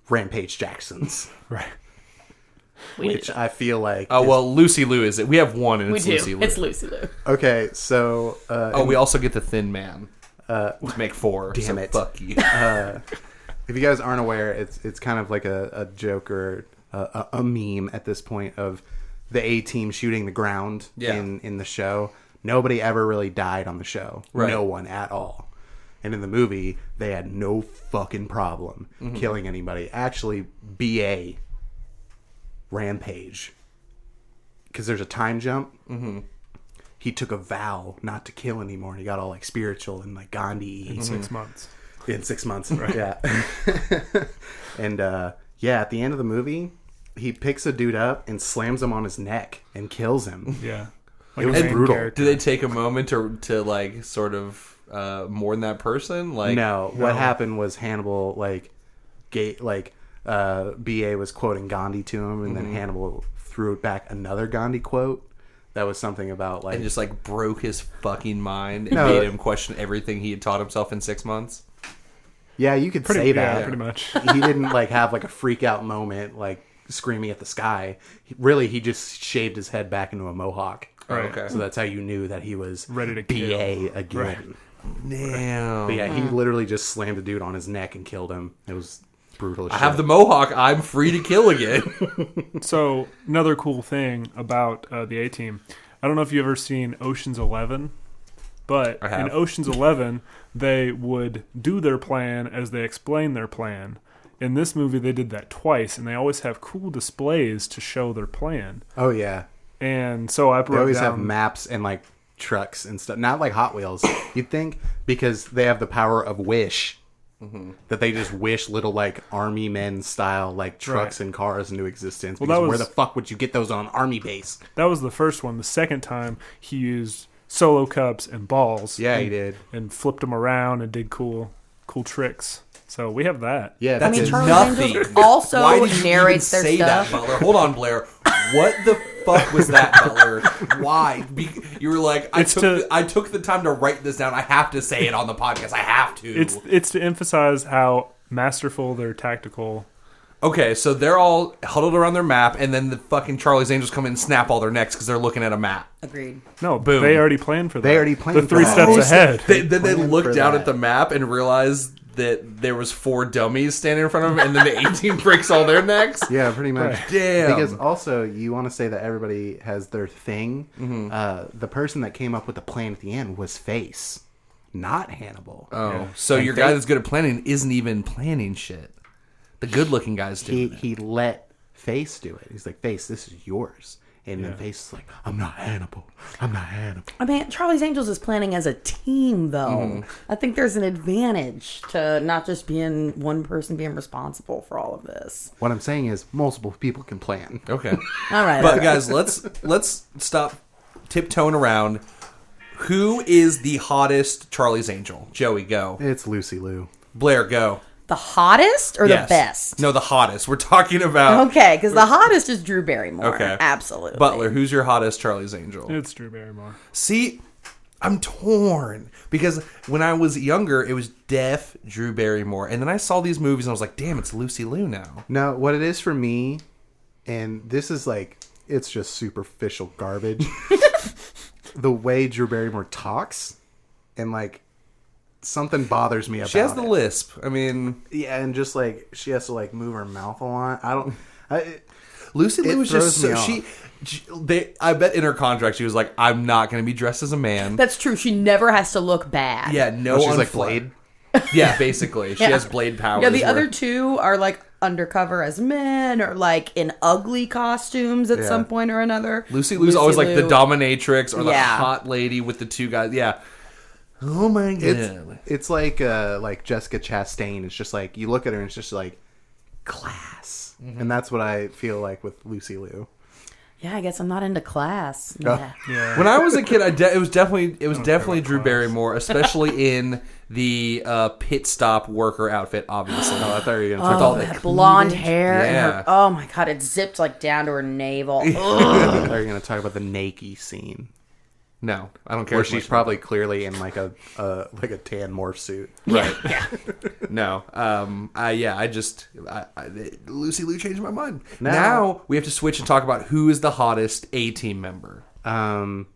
S2: Rampage Jacksons,
S4: right.
S2: which I feel like.
S1: Oh well, Lucy Liu is it? We have one, and
S3: we
S1: it's
S3: do.
S1: Lucy Liu.
S3: It's Lucy Lou.
S2: okay, so uh,
S1: oh, we also get the Thin Man. to make four. Damn
S2: it.
S1: Fuck you.
S2: if you guys aren't aware, it's it's kind of like a, a joke or a, a a meme at this point of the A team shooting the ground
S1: Yeah.
S2: in in the show. Nobody ever really died on the show.
S1: Right.
S2: No one at all. And in the movie, they had no fucking problem
S1: Mm-hmm.
S2: killing anybody. Actually, BA Rampage, because there's a time jump. Mm-hmm. He took a vow not to kill anymore, and he got all like spiritual and like Gandhi
S1: Mm-hmm.
S4: Six months.
S2: in six months. Yeah. and uh, yeah, at the end of the movie, he picks a dude up and slams him on his neck and kills him.
S4: Yeah. Like
S2: was
S4: a main
S2: brutal.
S4: character.
S1: do they take a moment to to like sort of uh, mourn that person? Like
S2: no, what happened was Hannibal like gate like uh, BA was quoting Gandhi to him, and
S4: Mm-hmm.
S2: then Hannibal threw back another Gandhi quote that was something about like
S1: and just like broke his fucking mind and
S2: No.
S1: made him question everything he had taught himself in six months.
S2: yeah, you could
S4: Pretty,
S2: say
S4: yeah,
S2: that.
S4: pretty much.
S2: he didn't like have like a freak out moment like screaming at the sky. He- really, he just shaved his head back into a mohawk.
S4: Right.
S1: Okay.
S2: So that's how you knew that he was
S4: Oh, Ready to
S2: BA again.
S1: Damn.
S2: But yeah,
S4: Oh,
S2: he literally just slammed a dude on his neck and killed him. It was brutal. As
S1: I have the mohawk. I'm free to kill again.
S4: So another cool thing about uh, the A Team, I don't know if you've ever seen Ocean's Eleven, but
S1: have.
S4: in Ocean's Eleven they would do their plan as they explain their plan. In this movie, they did that twice, and they always have cool displays to show their plan.
S2: Oh yeah,
S4: And so I
S2: they
S4: wrote
S2: always
S4: down.
S2: have maps and like trucks and stuff. Not like Hot Wheels. You'd think because they have the power of wish.
S4: Mm-hmm.
S2: That they just wish little like army men style like trucks
S4: Right.
S2: and cars into existence.
S4: that
S2: because where
S4: was-
S2: the fuck would you get those on an army base?
S4: that was the first one. The second time he used solo cups and balls.
S2: Yeah,
S4: and,
S2: he did.
S4: And flipped them around and did cool, cool tricks. So we have that.
S2: Yeah,
S1: That's
S2: because-
S3: mean, Charlie's
S1: nothing.
S3: Angels also
S1: Why did you
S3: narrates
S1: even
S3: their
S1: say
S3: stuff.
S1: That, Butler? Hold on, Blair. What the fuck was that, Butler? Why? Be- you were like, I
S4: It's
S1: took,
S4: to-
S1: the, I took the time to write this down. I have to say it on the podcast. I have to.
S4: It's it's to emphasize how masterful their tactical
S1: Okay, so they're all huddled around their map, and then the fucking Charlie's Angels come in and snap all their necks because they're looking at a map.
S3: Agreed.
S4: No,
S1: Boom.
S4: they already planned for that.
S2: They already planned
S4: the three
S2: for that.
S4: steps ahead.
S1: They, then they
S2: Plan
S1: looked
S2: for
S1: down
S2: that.
S1: at the map and realized that there was four dummies standing in front of them, and then the 18 breaks all their necks.
S2: Yeah, pretty much.
S1: Damn.
S2: Because also, you want to say that everybody has their thing. Uh, the person that came up with the plan at the end was Face, not Hannibal.
S1: Oh, so your guy that's good at planning isn't even planning shit. The good-looking guys do.
S2: He he let Face do it. He's like, Face, this is yours. And then Face is like, I'm not Hannibal. I'm not Hannibal.
S3: I mean, Charlie's Angels is planning as a team, though.
S1: Mm-hmm.
S3: I think there's an advantage to not just being one person being responsible for all of this.
S2: What I'm saying is, multiple people can plan.
S1: Okay.
S3: All right.
S1: But guys, let's let's stop tiptoeing around. Who is the hottest Charlie's Angel? Joey, go.
S2: It's Lucy Lou.
S1: Blair, go.
S3: the hottest or
S1: Yes.
S3: the best?
S1: No, the hottest. We're talking about
S3: Okay, because the hottest is Drew Barrymore.
S1: Okay.
S3: Absolutely.
S1: Butler. Who's your hottest Charlie's Angel?
S4: It's Drew Barrymore.
S1: See, I'm torn because when I was younger, it was deaf Drew Barrymore, and then I saw these movies and I was like, "Damn, it's Lucy Liu now."
S2: Now, what it is for me, and this is like, it's just superficial garbage. the way Drew Barrymore talks, and like, something bothers me about
S1: She has the
S2: it.
S1: lisp. I mean,
S2: Yeah, and just like she has to like move her mouth a lot. I don't. I,
S1: Lucy Liu
S2: It
S1: was just so
S2: throws me
S1: she. she- They, I bet in her contract she was like, "I'm not going to be dressed as a man."
S3: That's true. She never has to look bad.
S1: Yeah, no.
S2: Oh, she's
S1: on
S2: like
S1: fla-
S2: Blade?
S1: Yeah, basically, she
S3: Yeah.
S1: has blade powers.
S3: Yeah, the
S1: where-
S3: other two are like undercover as men or like in ugly costumes at
S2: Yeah.
S3: some point or another.
S1: Lucy Lou's always like the
S3: Liu-
S1: dominatrix or the
S3: Yeah.
S1: hot lady with the two guys. Yeah. Oh my god.
S2: it's it's like uh like Jessica Chastain. It's just like you look at her and it's just like class,
S1: Mm-hmm.
S2: and that's what I feel like with Lucy Liu.
S3: Yeah, I guess I'm not into class. Yeah.
S4: Yeah.
S1: when I was a kid, I de- it was definitely it was definitely
S4: about
S1: Drew
S4: class.
S1: Barrymore, especially in the uh, pit stop worker outfit. Obviously,
S2: Oh, I thought you were gonna
S1: With
S2: talk
S1: all
S3: Oh,
S1: the
S3: that blonde
S1: cleavage.
S3: hair and
S1: Yeah.
S3: her, oh my god, it zipped like down to her navel. Ugh.
S2: about, I thought you were gonna talk about the Nakey scene
S1: no, I don't care.
S2: where
S1: as
S2: she's
S1: much.
S2: probably clearly in like a uh, like a tan morph suit.
S1: right. no, um, I yeah, I just I, I, Lucy Lou changed my mind. Now,
S2: Now-
S1: we have to switch and talk about who is the hottest A team member.
S2: Um,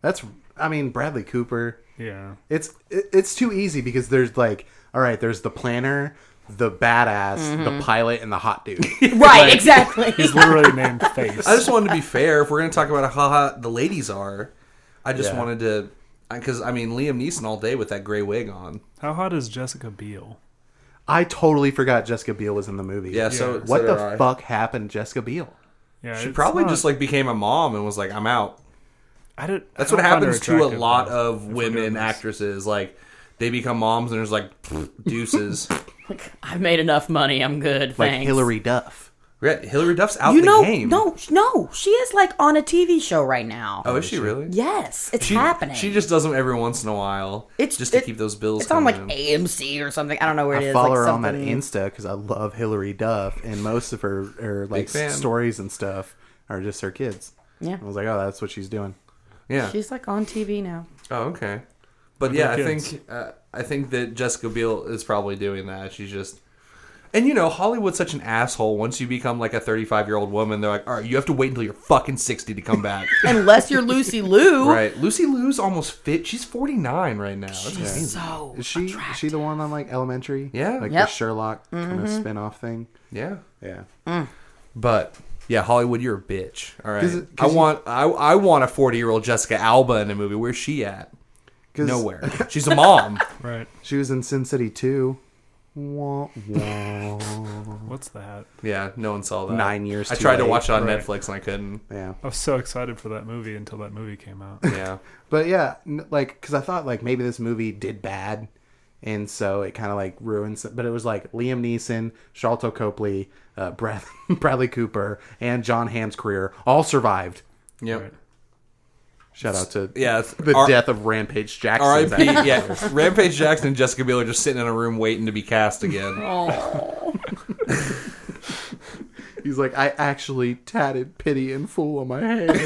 S2: that's I mean Bradley Cooper.
S4: yeah.
S2: It's it- it's too easy because there's like, all right, there's the planner, the badass,
S3: Mm-hmm.
S2: the pilot, and the hot dude.
S3: right, exactly.
S4: He's literally named Face.
S1: I just wanted to be fair. If we're going to talk about how hot the ladies are, I just
S2: Yeah.
S1: wanted to because I mean Liam Neeson all day with that gray wig on.
S4: How hot is Jessica Biel?
S2: I totally forgot Jessica Biel was in the movie.
S1: Yeah, so
S4: Yeah.
S1: so
S2: what
S1: did
S2: the
S1: I.
S2: fuck happened, to Jessica Biel?
S4: Yeah,
S1: She
S4: it's
S1: probably
S4: not-
S1: just like became a mom and was like, "I'm out."
S4: I did,
S1: That's what happens to a lot of women actresses. Like they become moms and there's like pfft, deuces.
S3: I've made enough money. I'm good. Thanks.
S2: Like Hillary Duff.
S1: Yeah, Hillary Duff's out
S3: You
S1: the
S3: know,
S1: game.
S3: no, sh- no, she is like on a TV show right now.
S1: oh, is she really?
S3: Yes, it's
S1: She,
S3: happening.
S1: She just does them every once in a while.
S3: It's-
S1: just to
S3: it-
S1: keep those bills.
S3: it's on like
S1: coming in.
S3: AMC or something. I don't know where it
S2: I
S3: is.
S2: follow
S3: like
S2: her on that
S3: something-
S2: Insta because I love Hillary Duff, and most of her, her like
S1: fan.
S2: stories and stuff are just her kids.
S3: Yeah.
S2: I was like, oh, that's what she's doing.
S1: yeah.
S3: She's like on TV now.
S1: Oh, okay. But yeah, I
S4: your
S1: think uh, I think that Jessica Biel is probably doing that. She's just, and you know, Hollywood's such an asshole. Once you become like a thirty-five-year-old woman, they're like, "All right, you have to wait until you're fucking sixty to come back."
S3: Unless you're Lucy Liu.
S1: right? Lucy Liu's almost fit. She's forty-nine right now. That's amazing.
S3: So
S2: Is she is she the one on like Elementary?
S1: Yeah. Mm-hmm.
S2: like
S3: Yep.
S2: the Sherlock kind of spin off thing.
S1: Yeah,
S2: Yeah,
S1: Mm. but yeah, Hollywood, you're a bitch. All right,
S2: 'Cause it-
S1: I
S2: 'cause you-
S1: want I I want a forty-year-old Jessica Alba in a movie. Where's she at?
S2: 'Cause
S1: Nowhere. She's a mom.
S4: Right.
S2: She was in Sin City too. Wah, wah.
S4: What's that?
S1: yeah, no one saw that.
S2: Nine years
S1: I
S2: too
S1: tried to
S2: late.
S1: watch it on
S4: Right.
S1: Netflix and I couldn't.
S2: yeah.
S4: I was so excited for that movie until that movie came out.
S1: Yeah.
S2: But yeah, n- like because I thought like maybe this movie did bad, and so it kind of like ruins. It. But it was like Liam Neeson, Shalto Copley, uh, Brad- Bradley Cooper, and John Hamm's career all survived.
S1: Yep.
S4: Right.
S2: Shout out to
S1: Yeah, it's-
S2: the
S1: R-
S2: death of Rampage Jackson.
S1: R.I.P.
S2: back-
S1: Yeah, Rampage Jackson and Jessica Biel are just sitting in a room waiting to be cast again.
S2: He's like, I actually tatted pity and fool on my hands.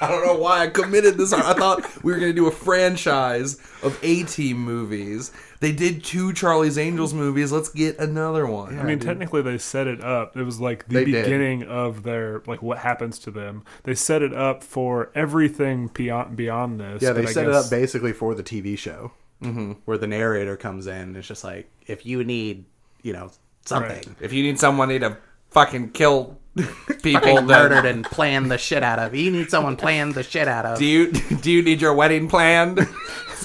S1: I don't know why I committed this. I thought we were going to do a franchise of A Team movies. They did two Charlie's Angels movies. Let's get another one.
S4: I mean, technically, they set it up. It was like the
S2: They did.
S4: beginning of their like what happens to them. They set it up for everything beyond beyond this.
S2: Yeah, they
S4: but I
S2: set it
S4: guess-
S2: up basically for the TV show, mm-hmm. where the narrator comes in. And it's just like if you need, you know, something
S4: Right.
S1: if you need somebody to fucking kill people,
S2: fucking
S1: then
S2: murdered and planned the shit out of, you need someone planned the shit out of.
S1: do you do you need your wedding planned?
S3: So,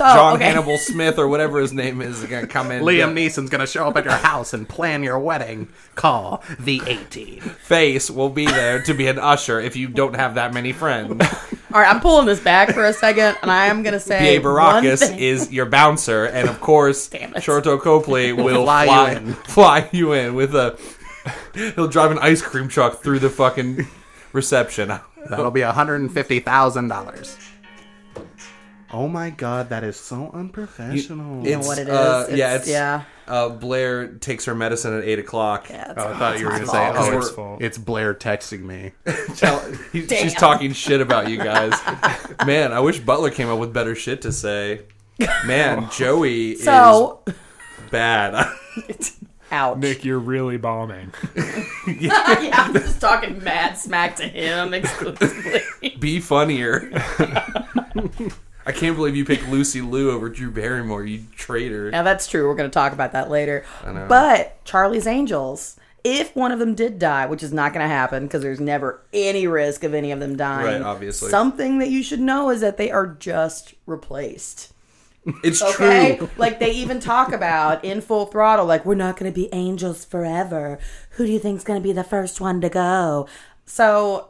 S2: Oh,
S1: John
S3: okay.
S1: Hannibal Smith or whatever his name is is going to come in.
S2: Liam Neeson's gonna show up at your house and plan your wedding. Call the 18.
S1: Face will be there to be an usher if you don't have that many friends.
S3: All right, I'm pulling this back for a second, and I am going to say
S1: B.A.
S3: one
S1: Baracus
S3: thing.
S1: is your bouncer, and of course,
S3: Damn it.
S1: Shorto Copley will fly,
S2: Fly you
S1: fly, you
S2: in.
S1: in with a. He'll drive an ice cream truck through the fucking reception.
S2: That'll be $150,000. Oh my god, that is so unprofessional.
S1: It's,
S3: what it
S1: uh,
S3: is.
S1: yeah,
S3: It's-
S1: it's
S3: yeah.
S1: Uh, Blair takes her medicine at eight o'clock.
S3: Yeah, it's
S2: oh, I thought you were
S3: my
S2: gonna say,
S3: fault.
S1: It's
S2: oh,
S1: her
S2: it's,
S4: fault.
S2: it's Blair texting me.
S1: Tell- he- she's talking shit about you guys. Man, I wish Butler came up with better shit to say. Man, Joey
S3: so
S1: is bad.
S3: ouch.
S4: Nick, you're really bombing.
S3: yeah, I'm just talking mad smack to him exclusively.
S1: Be funnier. I can't believe you picked Lucy Liu over Drew Barrymore, you traitor.
S3: now that's true. We're going to talk about that later. But Charlie's Angels. If one of them did die, which is not going to happen because there's never any risk of any of them dying,
S1: Right, obviously.
S3: Something that you should know is that they are just replaced.
S1: It's
S3: Okay?
S1: true.
S3: like they even talk about in full throttle, like we're not going to be angels forever. Who do you think's going to be the first one to go? So,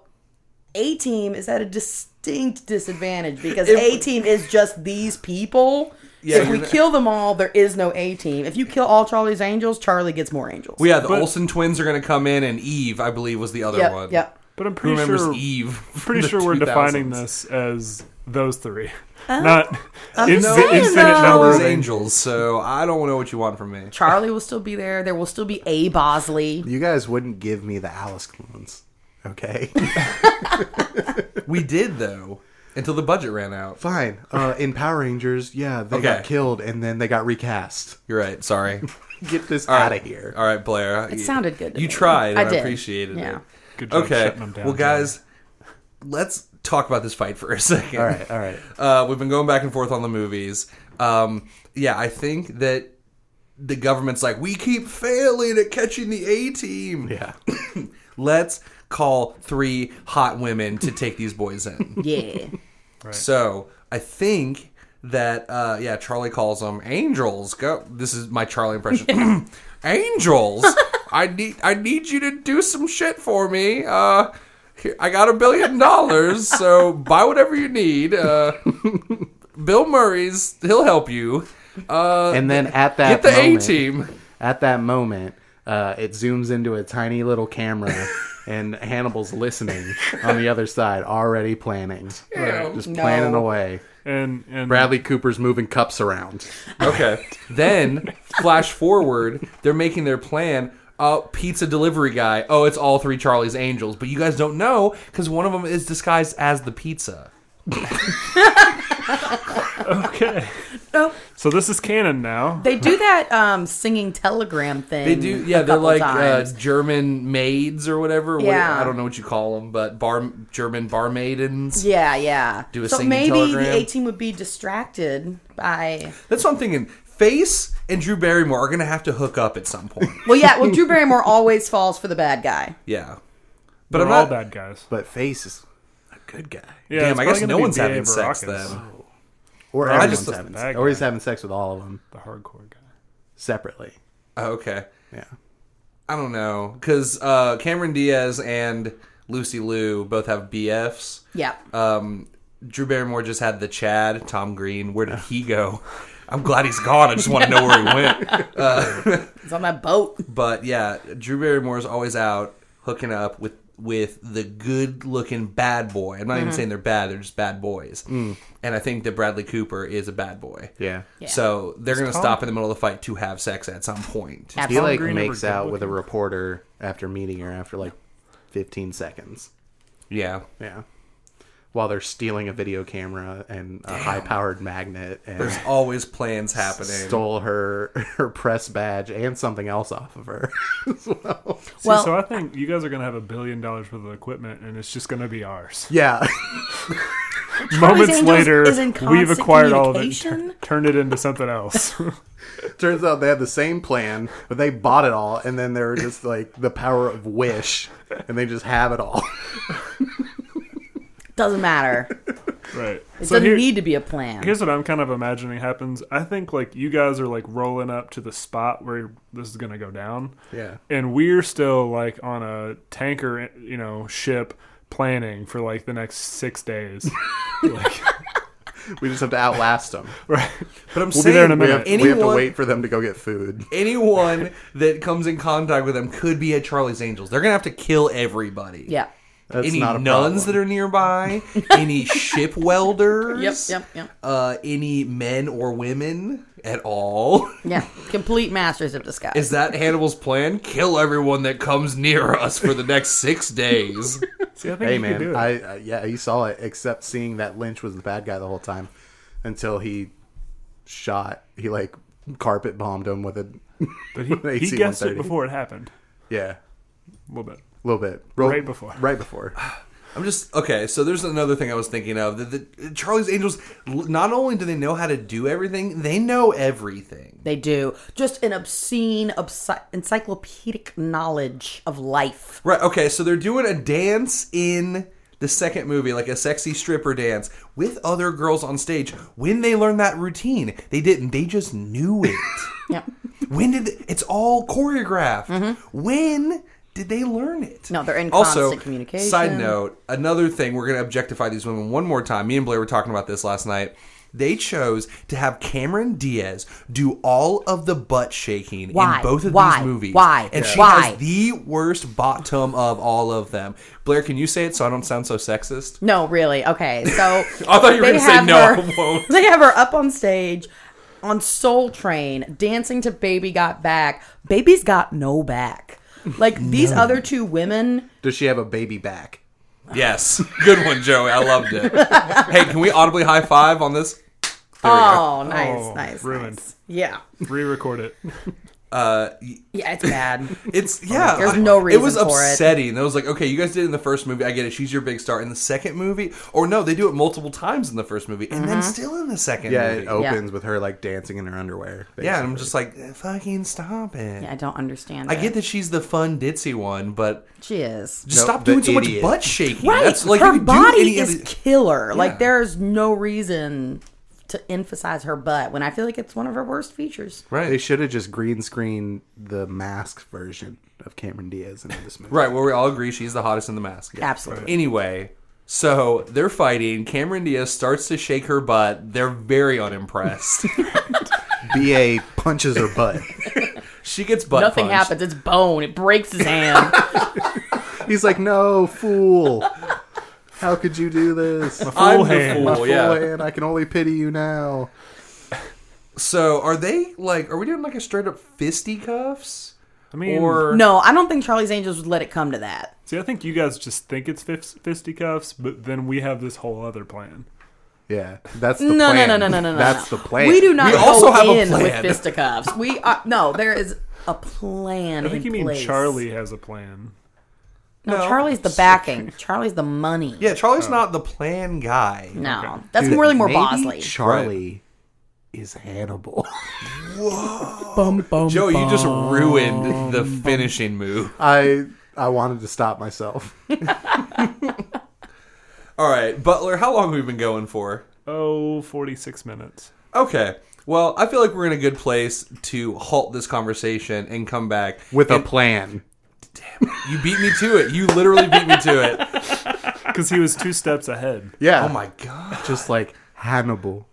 S3: A Team is at a distinct disadvantage because A Team is just these people. if we
S1: you're-
S3: kill them all, there is no A Team. If you kill all Charlie's angels, Charlie gets more angels.
S1: Well, yeah, the Olsen twins are going to come in, and Eve, I believe, was the other
S3: yep,
S1: one.
S3: yep.
S4: But I'm
S1: Who
S4: pretty
S1: remembers
S4: sure
S1: Eve? from
S4: pretty
S1: the
S4: sure we're defining
S1: 2000s?
S4: this as those three, not in-
S3: just
S4: the
S3: saying,
S4: infinite
S3: though.
S4: number
S1: Charlie's
S4: of
S1: angels, so I don't know what you want from me.
S3: Charlie will still be there. There will still be A Bosley.
S2: You guys wouldn't give me the Alice clones, okay?
S1: We did, though, until the budget ran out.
S2: Fine. Uh, in Power Rangers, yeah, they
S1: Okay.
S2: got killed and then they got recast.
S1: You're right. Sorry.
S2: Get this
S1: All
S2: out
S1: right.
S2: of here.
S1: All right, Blair.
S3: It sounded good. to
S1: You
S3: me.
S1: tried. And I,
S3: did.
S1: appreciated
S3: Yeah.
S1: it.
S4: Good job
S1: okay.
S4: shutting 'em down,
S1: well, guys, let's talk about this fight for a second.
S2: All right, all right.
S1: Uh, we've been going back and forth on the movies. Um, yeah, I think that the government's like, we keep failing at catching the A team.
S2: Yeah.
S1: Let's call three hot women to take these boys in.
S3: Yeah.
S1: So I think that uh, yeah, Charlie calls them angels. Go. This is my Charlie impression. angels. I need I need you to do some shit for me. Uh, here- I got a billion dollars, so buy whatever you need. Uh, Bill Murray's he'll help you. Uh,
S2: And then at
S1: get
S2: that
S1: the A
S2: moment-
S1: team.
S2: At that moment, uh, it zooms into a tiny little camera, and Hannibal's listening on the other side, already planning, just
S3: No.
S2: planning away.
S4: and and
S2: Bradley Cooper's moving cups around.
S1: Okay. then flash forward, they're making their plan. Uh, pizza delivery guy. Oh, it's all three Charlie's Angels, but you guys don't know because one of them is disguised as the pizza.
S4: okay.
S3: Oh.
S4: So this is canon now.
S3: They do that um, singing telegram thing.
S1: They do, yeah.
S3: Mm, a
S1: They're
S3: couple
S1: like uh,
S3: times.
S1: German maids or whatever. What-
S3: Yeah.
S1: I don't know what you call them, but bar German barmaidens.
S3: yeah, yeah.
S1: do a
S3: so
S1: singing
S3: maybe
S1: telegram.
S3: the A team would be distracted by.
S1: That's what I'm thinking. Face and Drew Barrymore are gonna have to hook up at some point.
S3: Well, yeah. Well, Drew Barrymore always falls for the bad guy.
S1: yeah, but
S4: But
S1: I'm
S4: are all
S1: not.
S4: bad guys.
S2: But Face is a good guy.
S4: Yeah,
S1: Damn,
S4: it's
S1: I guess
S4: probably gonna
S1: no
S4: be
S1: one's
S4: B.A.
S1: having sex
S4: Baracus,
S1: then.
S2: Or
S1: I
S2: everyone's
S1: just-
S2: having,
S4: that
S2: or he's
S4: guy.
S2: having sex with all of them
S4: The hardcore guy.
S2: separately.
S1: Oh, okay.
S2: Yeah.
S1: I don't know because uh, Cameron Diaz and Lucy Liu both have BFs.
S3: Yeah.
S1: Um, Drew Barrymore just had the Chad Tom Green. Where did he go? I'm glad he's gone. I just want to know where he went.
S3: He's on that boat.
S1: But yeah, Drew Barrymore's always out hooking up with with the good looking bad boy. I'm not even saying they're bad; they're just bad boys. And I think that Bradley Cooper is a bad boy.
S2: Yeah.
S1: So they're going to
S4: calm.
S1: stop in the middle of the fight to have sex at some point.
S2: He like
S4: Green
S2: makes
S4: ever good
S2: out with a reporter after meeting her after like 15 seconds.
S1: Yeah.
S2: Yeah. while they're stealing a video camera and a high powered magnet and
S1: There's always plans happening.
S2: stole her her press badge and something else off of her.
S4: See,
S3: Well-
S4: so I think you guys are gonna have a billion dollars worth of equipment, and it's just gonna be ours.
S2: yeah.
S4: Moments
S3: Angels
S4: later,
S3: is in
S4: we've
S3: constant
S4: acquired all of it, and
S3: communication?
S4: tur- turned it into something else.
S2: Turns out they had the same plan, but they bought it all and then they were just like the power of wish and they just have it all.
S3: Doesn't matter.
S4: right.
S3: It
S4: So
S3: doesn't
S4: here-
S3: need to be a plan.
S4: Here's what I'm kind of imagining happens. I think like you guys are like rolling up to the spot where this is gonna go down.
S2: Yeah.
S4: And we're still like on a tanker, you know, ship planning for like the next six days. like,
S2: We just have to outlast them.
S4: right.
S1: But I'm
S4: We'll be
S1: saying
S4: there in a
S2: We
S4: minute.
S2: have, we have
S1: anyone,
S2: to wait for them to go get food.
S1: anyone that comes in contact with them could be at Charlie's Angels. They're gonna have to kill everybody.
S3: Yeah.
S2: That's
S1: any
S2: not a
S1: nuns
S2: problem.
S1: that are nearby, any ship welders,
S3: Yep, yep, yep.
S1: Uh, any men or women at all.
S3: Yeah. Complete masters of disguise.
S1: Is that Hannibal's plan? Kill everyone that comes near us for the next six days.
S4: See, I think
S2: Hey
S4: you can do
S2: man,
S4: it.
S2: I uh, yeah, you saw it. Except seeing that Lynch was the bad guy the whole time, until he shot. He like carpet bombed him with a
S4: but he, he
S2: AC-130.
S4: guessed it before it happened.
S2: yeah,
S4: A little bit.
S2: a little bit Roll-
S4: Right before.
S2: right before.
S1: I'm just okay. So there's another thing I was thinking of. The, the Charlie's Angels. l- Not only do they know how to do everything, they know everything.
S3: They do. Just an obscene, obsci- encyclopedic knowledge of life.
S1: Right. Okay. So they're doing a dance in the second movie, like a sexy stripper dance with other girls on stage. When they learned that routine, they didn't. They just knew it.
S3: Yeah.
S1: when did it's all choreographed? When did they learn it?
S3: No, they're in
S1: also,
S3: constant communication.
S1: Side note: another thing we're going to objectify these women one more time. Me and Blair were talking about this last night. They chose to have Cameron Diaz do all of the butt shaking
S3: Why?
S1: in both of
S3: Why?
S1: these movies.
S3: Why?
S1: And she
S3: Why?
S1: has the worst bottom of all of them. Blair, can you say it so I don't sound so sexist?
S3: No, really. Okay. So
S1: I thought you were
S3: they
S1: gonna say,
S3: have
S1: "No, I
S3: her-
S1: won't."
S3: They have her up on stage on Soul Train dancing to Baby Got Back. Baby's got no back. Like these other two women,
S2: Does she have a baby back?
S1: Yes, good one, Joey. I loved it. hey, can we audibly high five on this? There we go.
S3: Oh, nice,
S4: Oh,
S3: nice,
S4: ruined.
S3: nice. Yeah,
S4: Re-record it.
S3: yeah, it's bad.
S1: It's yeah.
S3: There's no
S1: It was
S3: reason for it.
S1: upsetting. It was like, okay, you guys did it in the first movie. I get it. She's your big star in the second movie, or no, they do it multiple times in the first movie, and
S3: Mm-hmm.
S1: then still in the second
S2: Yeah,
S1: movie.
S2: it opens with her like dancing in her underwear.
S1: yeah, and I'm
S2: basically.
S1: just like, eh, fucking stop it.
S3: I don't understand.
S1: I
S3: it.
S1: get that she's the fun ditzy one, but
S3: she is.
S1: just
S2: No,
S1: stop
S2: the
S1: doing so much
S2: idiot.
S1: butt shaking.
S3: Right,
S1: That's like you
S3: her
S1: could do
S3: body
S1: any of
S3: is
S1: the-
S3: killer.
S1: Yeah.
S3: Like there's no reason to emphasize her butt when I feel like it's one of her worst features.
S1: right.
S2: they should have just green screened the mask version of Cameron Diaz in this movie.
S1: Right, where we all agree she's the hottest in the mask.
S3: Absolutely.
S1: Anyway, so they're fighting. Cameron Diaz starts to shake her butt. They're very unimpressed.
S2: BA punches her butt.
S1: she gets butt
S3: Nothing
S1: punched.
S3: happens. It's bone. It breaks his hand.
S2: He's like, "No, fool. How could you do this?"
S1: I'm
S4: Full
S1: the
S4: hand.
S1: fool,
S2: My full
S1: yeah.
S2: hand, I can only pity you now.
S1: So are they like? Are we doing like a straight up fisticuffs?
S4: I mean,
S1: or
S3: no, I don't think Charlie's Angels would let it come to that.
S4: see, I think you guys just think it's fist- fisticuffs, but then we have this whole other plan.
S2: Yeah, that's the
S3: No, no,
S2: plan.
S3: no, no, no, no, no.
S2: That's
S3: no.
S2: the plan.
S3: We do not
S1: We
S3: go
S1: also have a
S3: in
S1: plan.
S3: with fisticuffs. We are, no. There is a plan.
S4: I think you
S3: in
S4: mean
S3: place.
S4: Charlie has a plan.
S3: No,
S1: No.
S3: Charlie's the backing. Charlie's the money.
S1: Yeah, Charlie's not the plan guy.
S3: No,
S4: Okay.
S3: that's
S2: Dude,
S3: really more
S2: maybe
S3: Bosley.
S2: Charlie is Hannibal.
S1: Joe, you just ruined the finishing move.
S2: I I wanted to stop myself.
S1: All right, Butler, how long have we been going for?
S4: Oh, 46 minutes.
S1: Okay. Well, I feel like we're in a good place to halt this conversation and come back.
S2: With a plan.
S1: You beat me to it. You literally beat me to it.
S4: Because he was two steps ahead.
S2: Yeah.
S1: Oh my god.
S2: Just like Hannibal.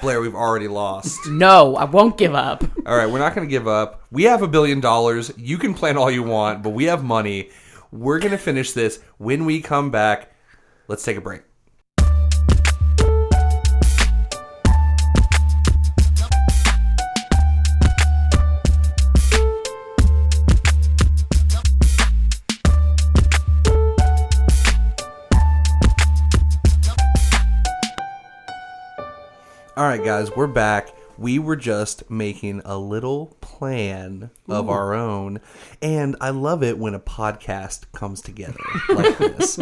S1: Blair, we've already lost.
S3: No, I won't give up.
S1: All right, we're not going to give up. We have a billion dollars. You can plan all you want, but we have money. We're going to finish this. When we come back, let's take a break. All right, guys, we're back. We were just making a little plan of our own, and I love it when a podcast comes together like this.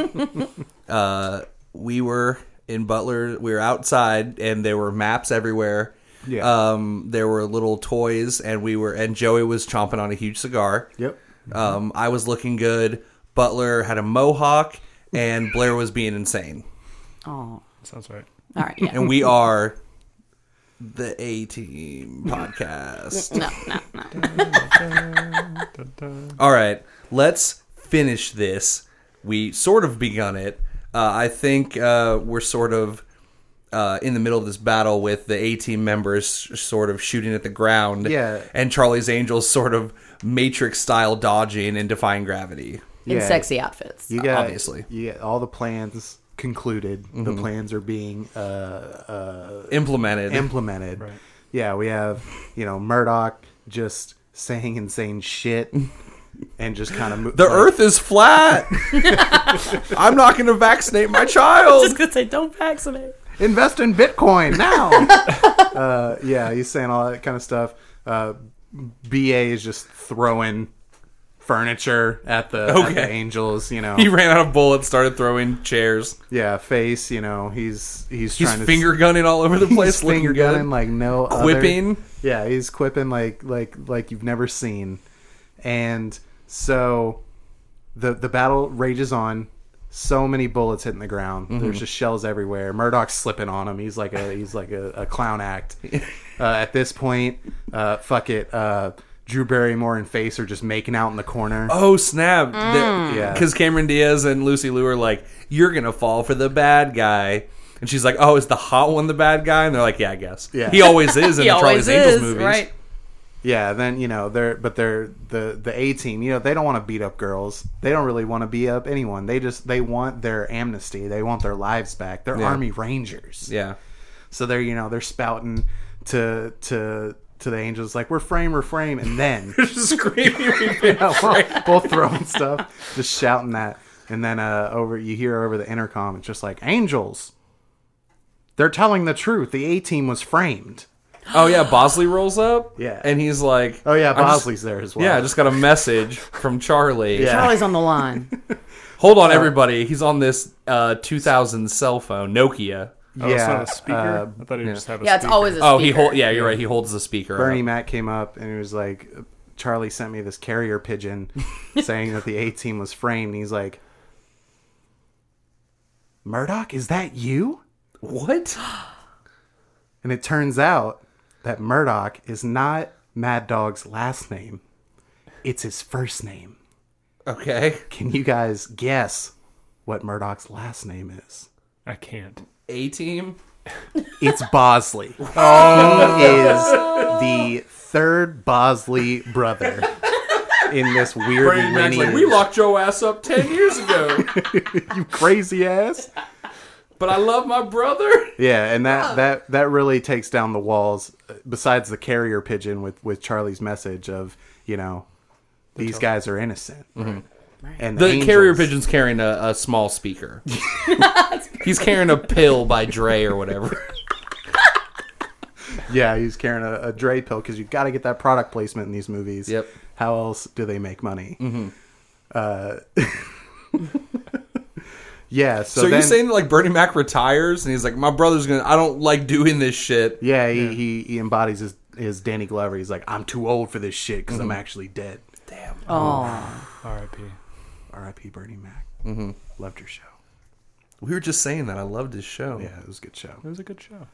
S1: Uh, we were in Butler, we were outside, and there were maps everywhere.
S2: Yeah.
S1: Um, there were little toys, and we were, and Joey was chomping on a huge cigar.
S2: Yep.
S1: Um, I was looking good. Butler had a mohawk, and Blair was being insane.
S3: Oh,
S4: Sounds right.
S3: all right. Yeah.
S1: And we are the A Team podcast.
S3: no, no, no.
S4: Dun, dun.
S1: All right, let's finish this. We sort of begun it. Uh, I think uh, we're sort of uh, in the middle of this battle with the A Team members sort of shooting at the ground.
S2: Yeah.
S1: And Charlie's Angels sort of Matrix style dodging and defying gravity.
S3: In
S2: Yeah.
S3: sexy outfits.
S2: You got
S1: obviously.
S2: You got all the plans concluded. The plans are being uh, uh,
S1: Implemented.
S2: implemented. Yeah, we have you know Murdoch just saying insane shit and just kind of
S1: the earth is flat. I'm not going to vaccinate my child.
S3: gonna say, don't vaccinate.
S2: invest in Bitcoin now. uh, yeah, he's saying all that kind of stuff. Uh, BA is just throwing furniture at the, at the
S1: Okay.
S2: angels. You know,
S1: He ran out of bullets, started throwing chairs.
S2: yeah, face. You know, he's he's
S1: He's
S2: trying to
S1: finger gunning all over the place,
S2: He's
S1: looking
S2: finger
S1: good.
S2: gunning like no
S1: Quipping.
S2: Other, yeah, he's quipping like like like you've never seen. And so the the battle rages on. So many bullets hitting the ground.
S1: Mm-hmm.
S2: There's just shells everywhere. Murdoch's slipping on him. He's like a he's like a, a clown act. Uh, at this point, uh, fuck it. Uh, Drew Barrymore and Face are just making out in the corner.
S1: oh
S3: Mm.
S1: snap!
S2: Yeah.
S1: Because Cameron Diaz and Lucy Liu are like, "You're gonna fall for the bad guy," and she's like, "Oh, is the hot one the bad guy?" And they're like, "Yeah, I guess.
S2: Yeah.
S1: He always is in
S3: He
S1: the
S3: always
S1: Charlie's Angels
S3: is,
S1: movies."
S3: right?
S2: Yeah, then you know they're but they're the the A team. You know they don't want to beat up girls. They don't really want to beat up anyone. They just they want their amnesty. They want their lives back. They're Army Rangers.
S1: Yeah.
S2: So they're you know they're spouting to to to the angels like we're frame we're frame and then
S1: Screaming.
S2: both, both throwing stuff just shouting that and then uh over you hear over the intercom it's just like angels. They're telling the truth. The A team was framed.
S1: oh yeah, Bosley rolls up.
S2: Yeah.
S1: and he's like,
S2: Oh yeah,
S1: I'm just-
S2: Bosley's there as well.
S1: yeah, I just oh, got a message from Charlie.
S2: Yeah.
S3: Charlie's on the line.
S1: Hold on, everybody. He's on this uh, 2000 cell phone, Nokia.
S4: Oh, it's not a speaker.
S2: uh,
S4: I thought he just have a
S3: yeah, it's
S4: speaker.
S3: always a
S1: Oh, he
S3: speaker.
S1: hold. Yeah, you're right. He holds the speaker. up.
S2: Bernie Mac came up and he was like, Charlie sent me this carrier pigeon saying that the A team was framed. And he's like, Murdoch, is that you?
S1: What?
S2: And it turns out that Murdoch is not Mad Dog's last name, it's his first name.
S1: Okay.
S2: Can you guys guess what Murdoch's last name is?
S4: I can't.
S1: A team.
S2: It's Bosley. He is the third Bosley brother in this weird
S1: Brandon Mac's like,
S2: lineage.
S1: we locked your ass up 10 years ago,
S2: you crazy ass.
S1: but I love my brother.
S2: Yeah, and that that that really takes down the walls. uh, Besides the carrier pigeon with with Charlie's message of you know these guys are innocent, and
S1: Mm-hmm. The
S2: angels-
S1: carrier pigeon's carrying a, a small speaker. He's carrying a pill by Dre or whatever.
S2: Yeah, he's carrying a, a Dre pill because you got to get that product placement in these movies.
S1: Yep. Mm-hmm.
S2: How else do they make money? Uh, yeah. So,
S1: So,
S2: then,
S1: you're saying that, like Bernie Mac retires and he's like, my brother's gonna, I don't like doing this shit.
S2: Yeah, he, he he embodies his his Danny Glover. He's like, I'm too old for this shit because I'm actually dead.
S1: Mm-hmm. Damn.
S3: Oh,
S4: R.I.P.
S2: R.I.P. Bernie Mac.
S1: Mm-hmm.
S2: Loved your show.
S1: We were just saying that. I love this show.
S2: Yeah, it was a good show.
S4: It was a good show.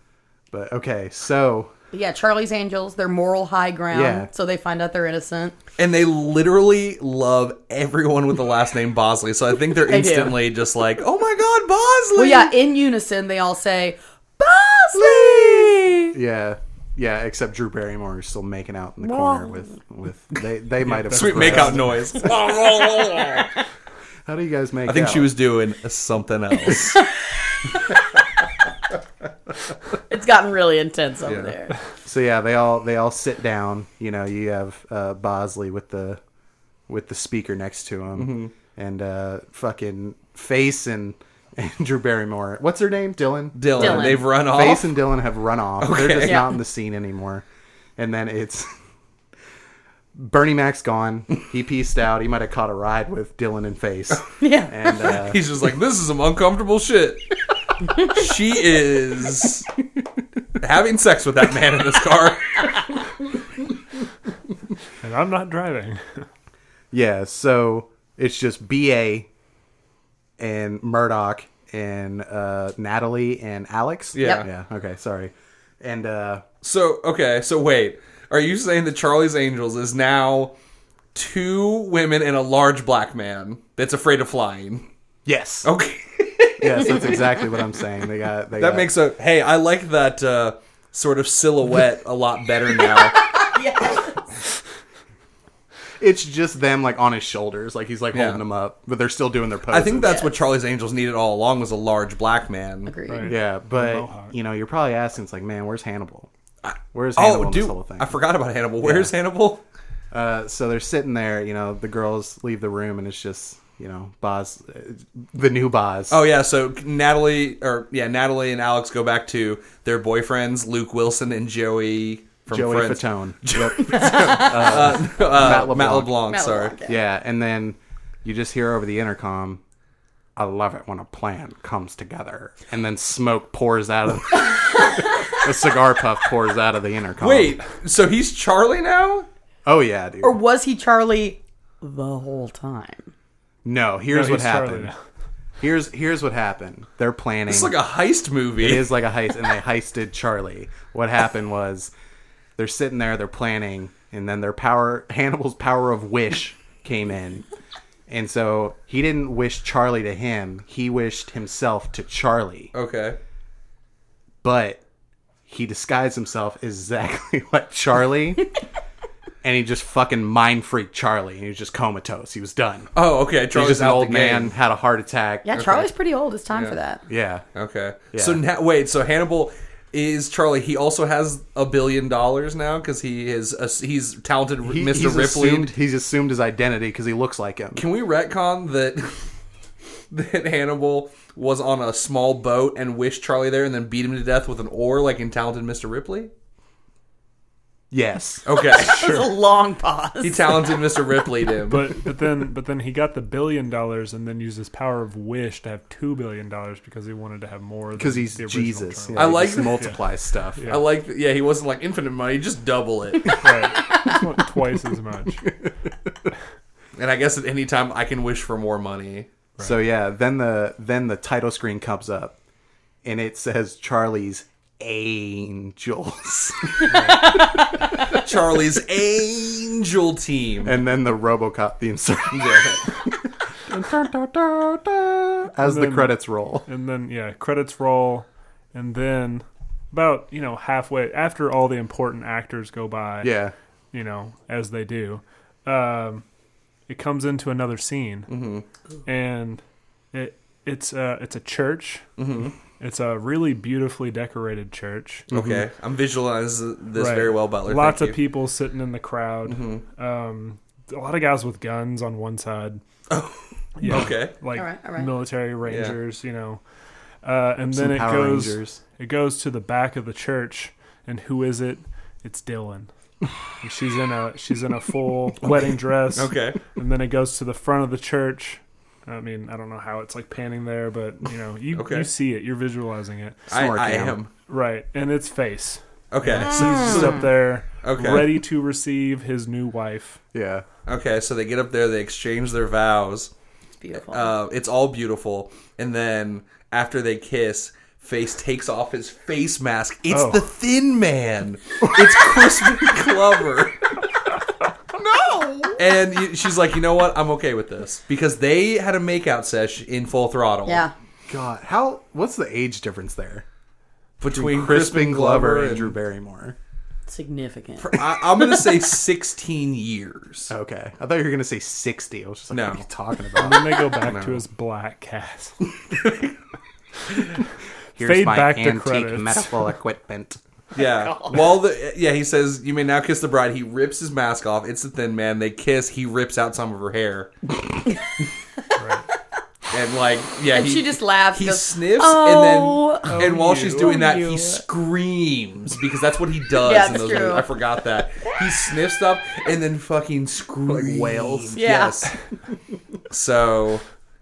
S2: But okay, so
S3: But yeah. Charlie's Angels. They're moral high ground.
S2: Yeah.
S3: So they find out they're innocent.
S1: And they literally love everyone with the last name Bosley. So I think they're
S3: do.
S1: instantly just like, oh my God, Bosley.
S3: Well, yeah. In unison, they all say, "Bosley."
S2: yeah, yeah. Except Drew Barrymore is still making out in the corner with with they they might have
S1: Sweet
S2: progressed.
S1: makeout noise. I
S2: How do you guys make?
S1: think
S2: out?
S1: she was doing something else.
S3: It's gotten really intense over there.
S2: So yeah, they all they all sit down. You know, you have uh, Bosley with the
S1: Mm-hmm.
S2: with the speaker next to him, and uh, fucking face and Drew Barrymore. What's her name? Dylan.
S1: Dylan.
S3: Dylan.
S1: They've run off.
S2: Face and Dylan have run off. They're
S1: Oh. Okay.
S2: just
S3: Yeah.
S2: not in the scene anymore. And then it's Bernie Mac's gone. He pieced out. He might have caught a ride with Dylan and Face.
S3: Yeah.
S2: And uh,
S1: He's just like, this is some uncomfortable shit. she is having sex with that man in this car.
S4: and I'm not driving.
S2: yeah, so it's just BA and Murdoch and uh, Natalie and Alex.
S1: Yeah.
S2: Yeah. Okay. Sorry. And uh,
S1: So, okay, so wait. Are you saying that Charlie's Angels is now two women and a large black man that's afraid of flying?
S2: yes.
S1: Okay.
S2: Yes, that's exactly what I'm saying. They got they
S1: Oh. that
S2: got,
S1: makes a. Hey, I like that uh, sort of silhouette a lot better now.
S2: it's just them like on his shoulders, like he's like
S1: Yeah.
S2: holding them up, but they're still doing their
S1: I
S2: poses.
S1: think that's what Charlie's Angels needed all along was a large black man.
S3: Agreed.
S4: Right.
S2: yeah, but
S4: Mohawk.
S2: you know, you're probably asking, it's like, man, where's Hannibal? Where's Hannibal
S1: Oh,
S2: in this
S1: dude,
S2: whole thing?
S1: I forgot about Hannibal. Where's Hannibal?
S2: uh, so they're sitting there, you know, the girls leave the room, and it's just you know, Boz, uh, the new Boz.
S1: Oh yeah, so Natalie or yeah, Natalie and Alex go back to their boyfriends, Luke Wilson and Joey from
S2: Joey
S1: Friends.
S2: Fatone.
S1: Uh,
S2: Matt
S1: Matt
S2: LeBlanc.
S1: LeBlanc, sorry.
S3: Malabar, yeah.
S2: yeah, and then you just hear over the intercom. I love it when a plan comes together, and then smoke pours out of a cigar puff pours out of the intercom.
S1: Wait, so he's Charlie now?
S2: oh yeah, dude.
S3: Or was he Charlie the whole time?
S2: No, here's
S4: No,
S2: what
S4: he's Charlie
S2: happened.
S4: now.
S2: Here's here's what happened. They're planning.
S1: It's like a heist movie.
S2: it is like a heist, and they heisted Charlie. What happened was they're sitting there, they're planning, and then their power, Hannibal's power of wish, came in, and so he didn't wish Charlie to him. He wished himself to Charlie,
S1: Okay.
S2: but he disguised himself exactly like Charlie. And he just fucking mind freaked Charlie, and he was just comatose. He was done.
S1: Oh, okay.
S2: He's
S1: Charlie's
S2: just an
S1: out the
S2: old man,
S1: game.
S2: had a heart attack.
S3: Yeah, Charlie's pretty old. It's time for that.
S2: Yeah.
S1: Okay. So now, wait, so Hannibal is Charlie. He also has a billion dollars now because he is a, he's talented
S2: He-
S1: Mr.
S2: He's
S1: Ripley.
S2: assumed, he's assumed his identity because he looks like him.
S1: Can we retcon that that Hannibal was on a small boat and wished Charlie there and then beat him to death with an oar like in Talented Mr. Ripley?
S2: Yes.
S1: Okay,
S3: It's a long pause.
S1: he talented Mr. Ripley him.
S4: But but then but then he got the billion dollars and then used his power of wish to have two billion dollars because he wanted to have more than
S2: Because he's
S4: the original
S2: Jesus.
S4: Charlie.
S2: you know,
S1: I like-
S2: he just multiplies stuff.
S1: I like, yeah, he wasn't like infinite money, just double it.
S4: Right. Just want twice as much.
S1: and I guess at any time I can wish for more money.
S2: So yeah, then the then the title screen comes up, and it says Charlie's Angels,
S1: Charlie's angel team.
S2: and then the RoboCop theme song as the
S4: then-
S2: credits roll.
S4: And then yeah, credits roll and then about, you know, halfway after all the important actors go by.
S2: Yeah.
S4: you know, as they do, um, it comes into another scene,
S1: Mm-hmm.
S4: and it it's uh, it's a church. Mm-hmm. It's a really beautifully decorated church.
S1: Okay, I'm visualizing this
S4: Right.
S1: very well, Butler.
S4: Lots
S1: Thank
S4: of
S1: you. Mm-hmm.
S4: people sitting in the crowd. Um, a lot of guys with guns on one side. Oh, yeah,
S1: Okay.
S4: like
S3: All right, all right.
S4: military rangers, you know. Uh, and then it
S2: Power
S4: goes
S2: Rangers.
S4: it goes to the back of the church, and who is it? It's Dylan. And she's in a she's in a full wedding dress.
S1: Okay.
S4: And then it goes to the front of the church. I mean, I don't know how it's like panning there, but you know, you
S1: Okay.
S4: you see it, you're visualizing it,
S1: I,
S2: Snort
S1: I
S2: down.
S1: am.
S4: right? And it's face.
S1: Okay.
S4: So he's just up there,
S1: Okay.
S4: ready to receive his new wife.
S2: Yeah.
S1: Okay, so they get up there, they exchange their vows.
S3: It's beautiful.
S1: Uh, it's all beautiful. And then after they kiss, Face takes off his face mask. It's
S4: Oh.
S1: the Thin Man. It's Crispin Glover. no. And you, she's like, you know what? I'm okay with this because they had a makeout sesh in full throttle.
S3: yeah.
S2: God, how? What's the age difference there?
S1: Between
S2: Crispin Glover and
S1: and
S2: Drew Barrymore.
S3: Significant.
S1: I, I'm gonna say 16 years.
S2: Okay, I thought you were gonna say sixty. I was just like,
S1: No.
S2: what are you talking about?
S4: Then they go back to his black cat.
S2: Here's
S4: Fade
S2: my
S4: back the
S2: antique
S4: credits.
S2: medical equipment.
S1: Yeah.
S3: oh.
S1: While the yeah, he says, "You may now kiss the bride." He rips his mask off. It's the Thin Man. They kiss. He rips out some of her hair. and like yeah,
S3: And
S1: he,
S3: she just laughs,
S1: He
S3: goes,
S1: sniffs
S3: "Oh."
S1: and then and while she's doing that,
S3: you.
S1: he screams because that's what he does.
S3: Yeah,
S1: in
S3: it's
S1: those
S3: true.
S1: movies. I forgot that he sniffs up and then fucking screams.
S2: whales.
S3: Yeah.
S1: Yes. so,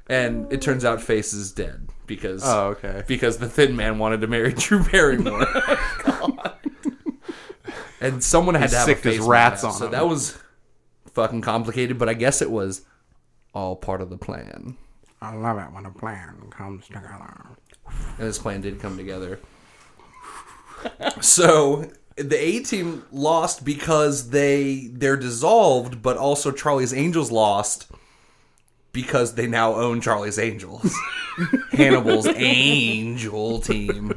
S1: and it turns out Face is dead because
S2: Oh, okay.
S1: because the Thin Man wanted to marry Drew Barrymore. and someone had
S2: He
S1: to have a
S2: sicked his
S1: face
S2: rats
S1: mask,
S2: on
S1: so
S2: him.
S1: that was fucking complicated. But I guess it was all part of the plan,
S2: I love it when a plan comes together.
S1: and this plan did come together. so the A team lost because they they're dissolved, but also Charlie's Angels lost because they now own Charlie's Angels, Hannibal's Angel team.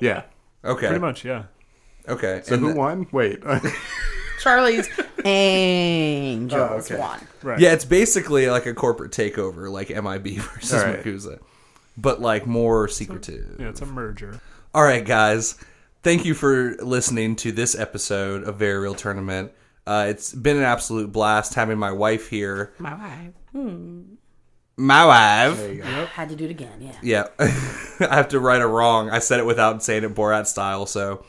S2: Yeah.
S1: Okay,
S4: Pretty much, yeah.
S1: Okay,
S2: So who won? Oh, Wait.
S3: Charlie's angels
S2: okay.
S3: one.
S4: Right.
S1: Yeah, it's basically like a corporate takeover, like MIB versus
S2: All right.
S1: Makusa, but like more secretive.
S4: Yeah, it's a merger.
S1: All right, guys, thank you for listening to this episode of Very Real Tournament. Uh, it's been an absolute blast having my wife here. Hmm.
S3: My wife.
S1: My wife.
S3: Had to do it again, yeah.
S1: Yeah, I have to right a wrong. I said it without saying it Borat style. So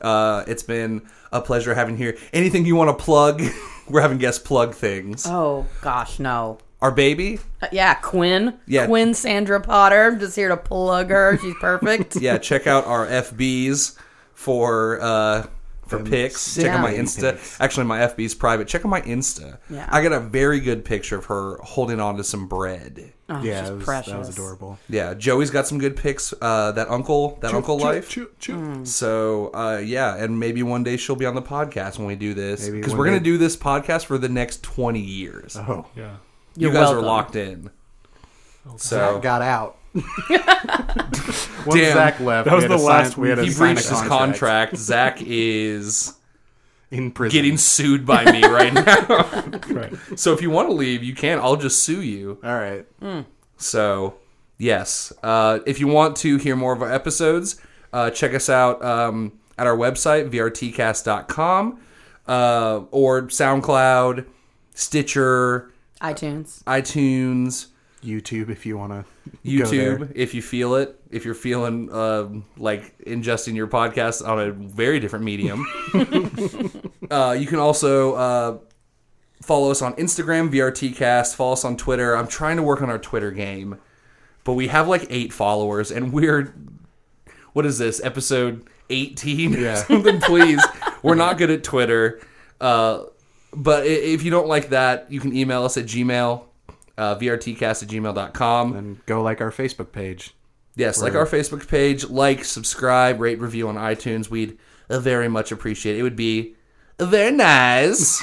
S1: uh, it's been a pleasure having you here. Anything you want to plug? We're having guest plug things.
S3: Oh, gosh, no.
S1: Our baby.
S3: Uh, yeah, Quinn.
S1: Yeah.
S3: Quinn Sandra Potter. I'm just here to plug her. She's perfect.
S1: yeah, check out our FBs for uh for pics. Check out my
S2: Yeah.
S1: Insta. Actually, my FB's private. Check out my Insta.
S3: Yeah.
S1: I got a very good picture of her holding on to some bread.
S3: Oh,
S2: yeah,
S3: she's
S2: it was-
S3: precious.
S2: that was adorable.
S1: Yeah, Joey's got some good pics. Uh, that uncle, that uncle life.
S2: Mm.
S1: So uh, yeah, and maybe one day she'll be on the podcast when we do this
S2: Maybe
S1: because
S2: one
S1: we're gonna
S2: day.
S1: do this podcast for the next twenty years.
S2: Oh,
S4: Yeah.
S1: you
S3: You're
S1: guys
S3: welcome.
S1: are locked in.
S2: Zach
S1: So
S2: got out. Once
S1: Damn.
S2: Zach left,
S4: That was
S2: we had
S4: the
S2: to
S4: last
S2: sign- we had
S4: week.
S2: to
S1: he
S2: sign a
S1: breached his contract. Zach is
S2: in prison.
S1: getting sued by me right now.
S4: Right.
S1: So if you want to leave, you can. I'll just sue you.
S2: All right.
S1: So yes, uh, if you want to hear more of our episodes, uh, check us out um, at our website vrtcast.com uh, or SoundCloud, Stitcher,
S3: iTunes.
S1: iTunes,
S2: YouTube, if you want to.
S1: YouTube. If you feel it, if you're feeling um like ingesting your podcast on a very different medium, uh, you can also. Uh, follow us on Instagram, VRTcast. Follow us on Twitter. I'm trying to work on our Twitter game, but we have like eight followers, and we're what is this episode 18 or
S2: Yeah.
S1: something? Please, we're not good at Twitter. Uh, but i- if you don't like that, you can email us at Gmail. Uh, vrtcast at gmail.com.
S2: And go like our Facebook page.
S1: Yes, like our Facebook page, like, subscribe, rate, review on iTunes. We'd uh, very much appreciate it. It would be very nice.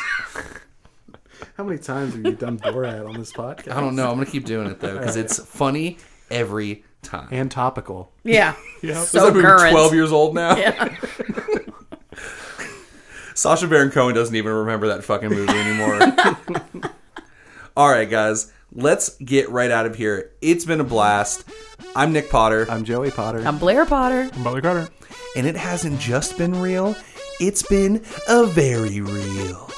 S2: How many times have you done Borat on this podcast?
S1: I don't know. I'm gonna keep doing it though because it's funny every time.
S2: And topical.
S3: Yeah.
S4: Yep.
S1: Is
S3: So
S1: that movie
S3: current.
S1: 12 years old now.
S3: Yeah.
S1: Sasha Baron Cohen doesn't even remember that fucking movie anymore. All right, guys, let's get right out of here. It's been a blast. I'm Nick Potter,
S2: I'm Joey Potter.
S3: I'm Blair Potter.
S4: Butler Carter.
S1: and it hasn't just been real; it's been a very real.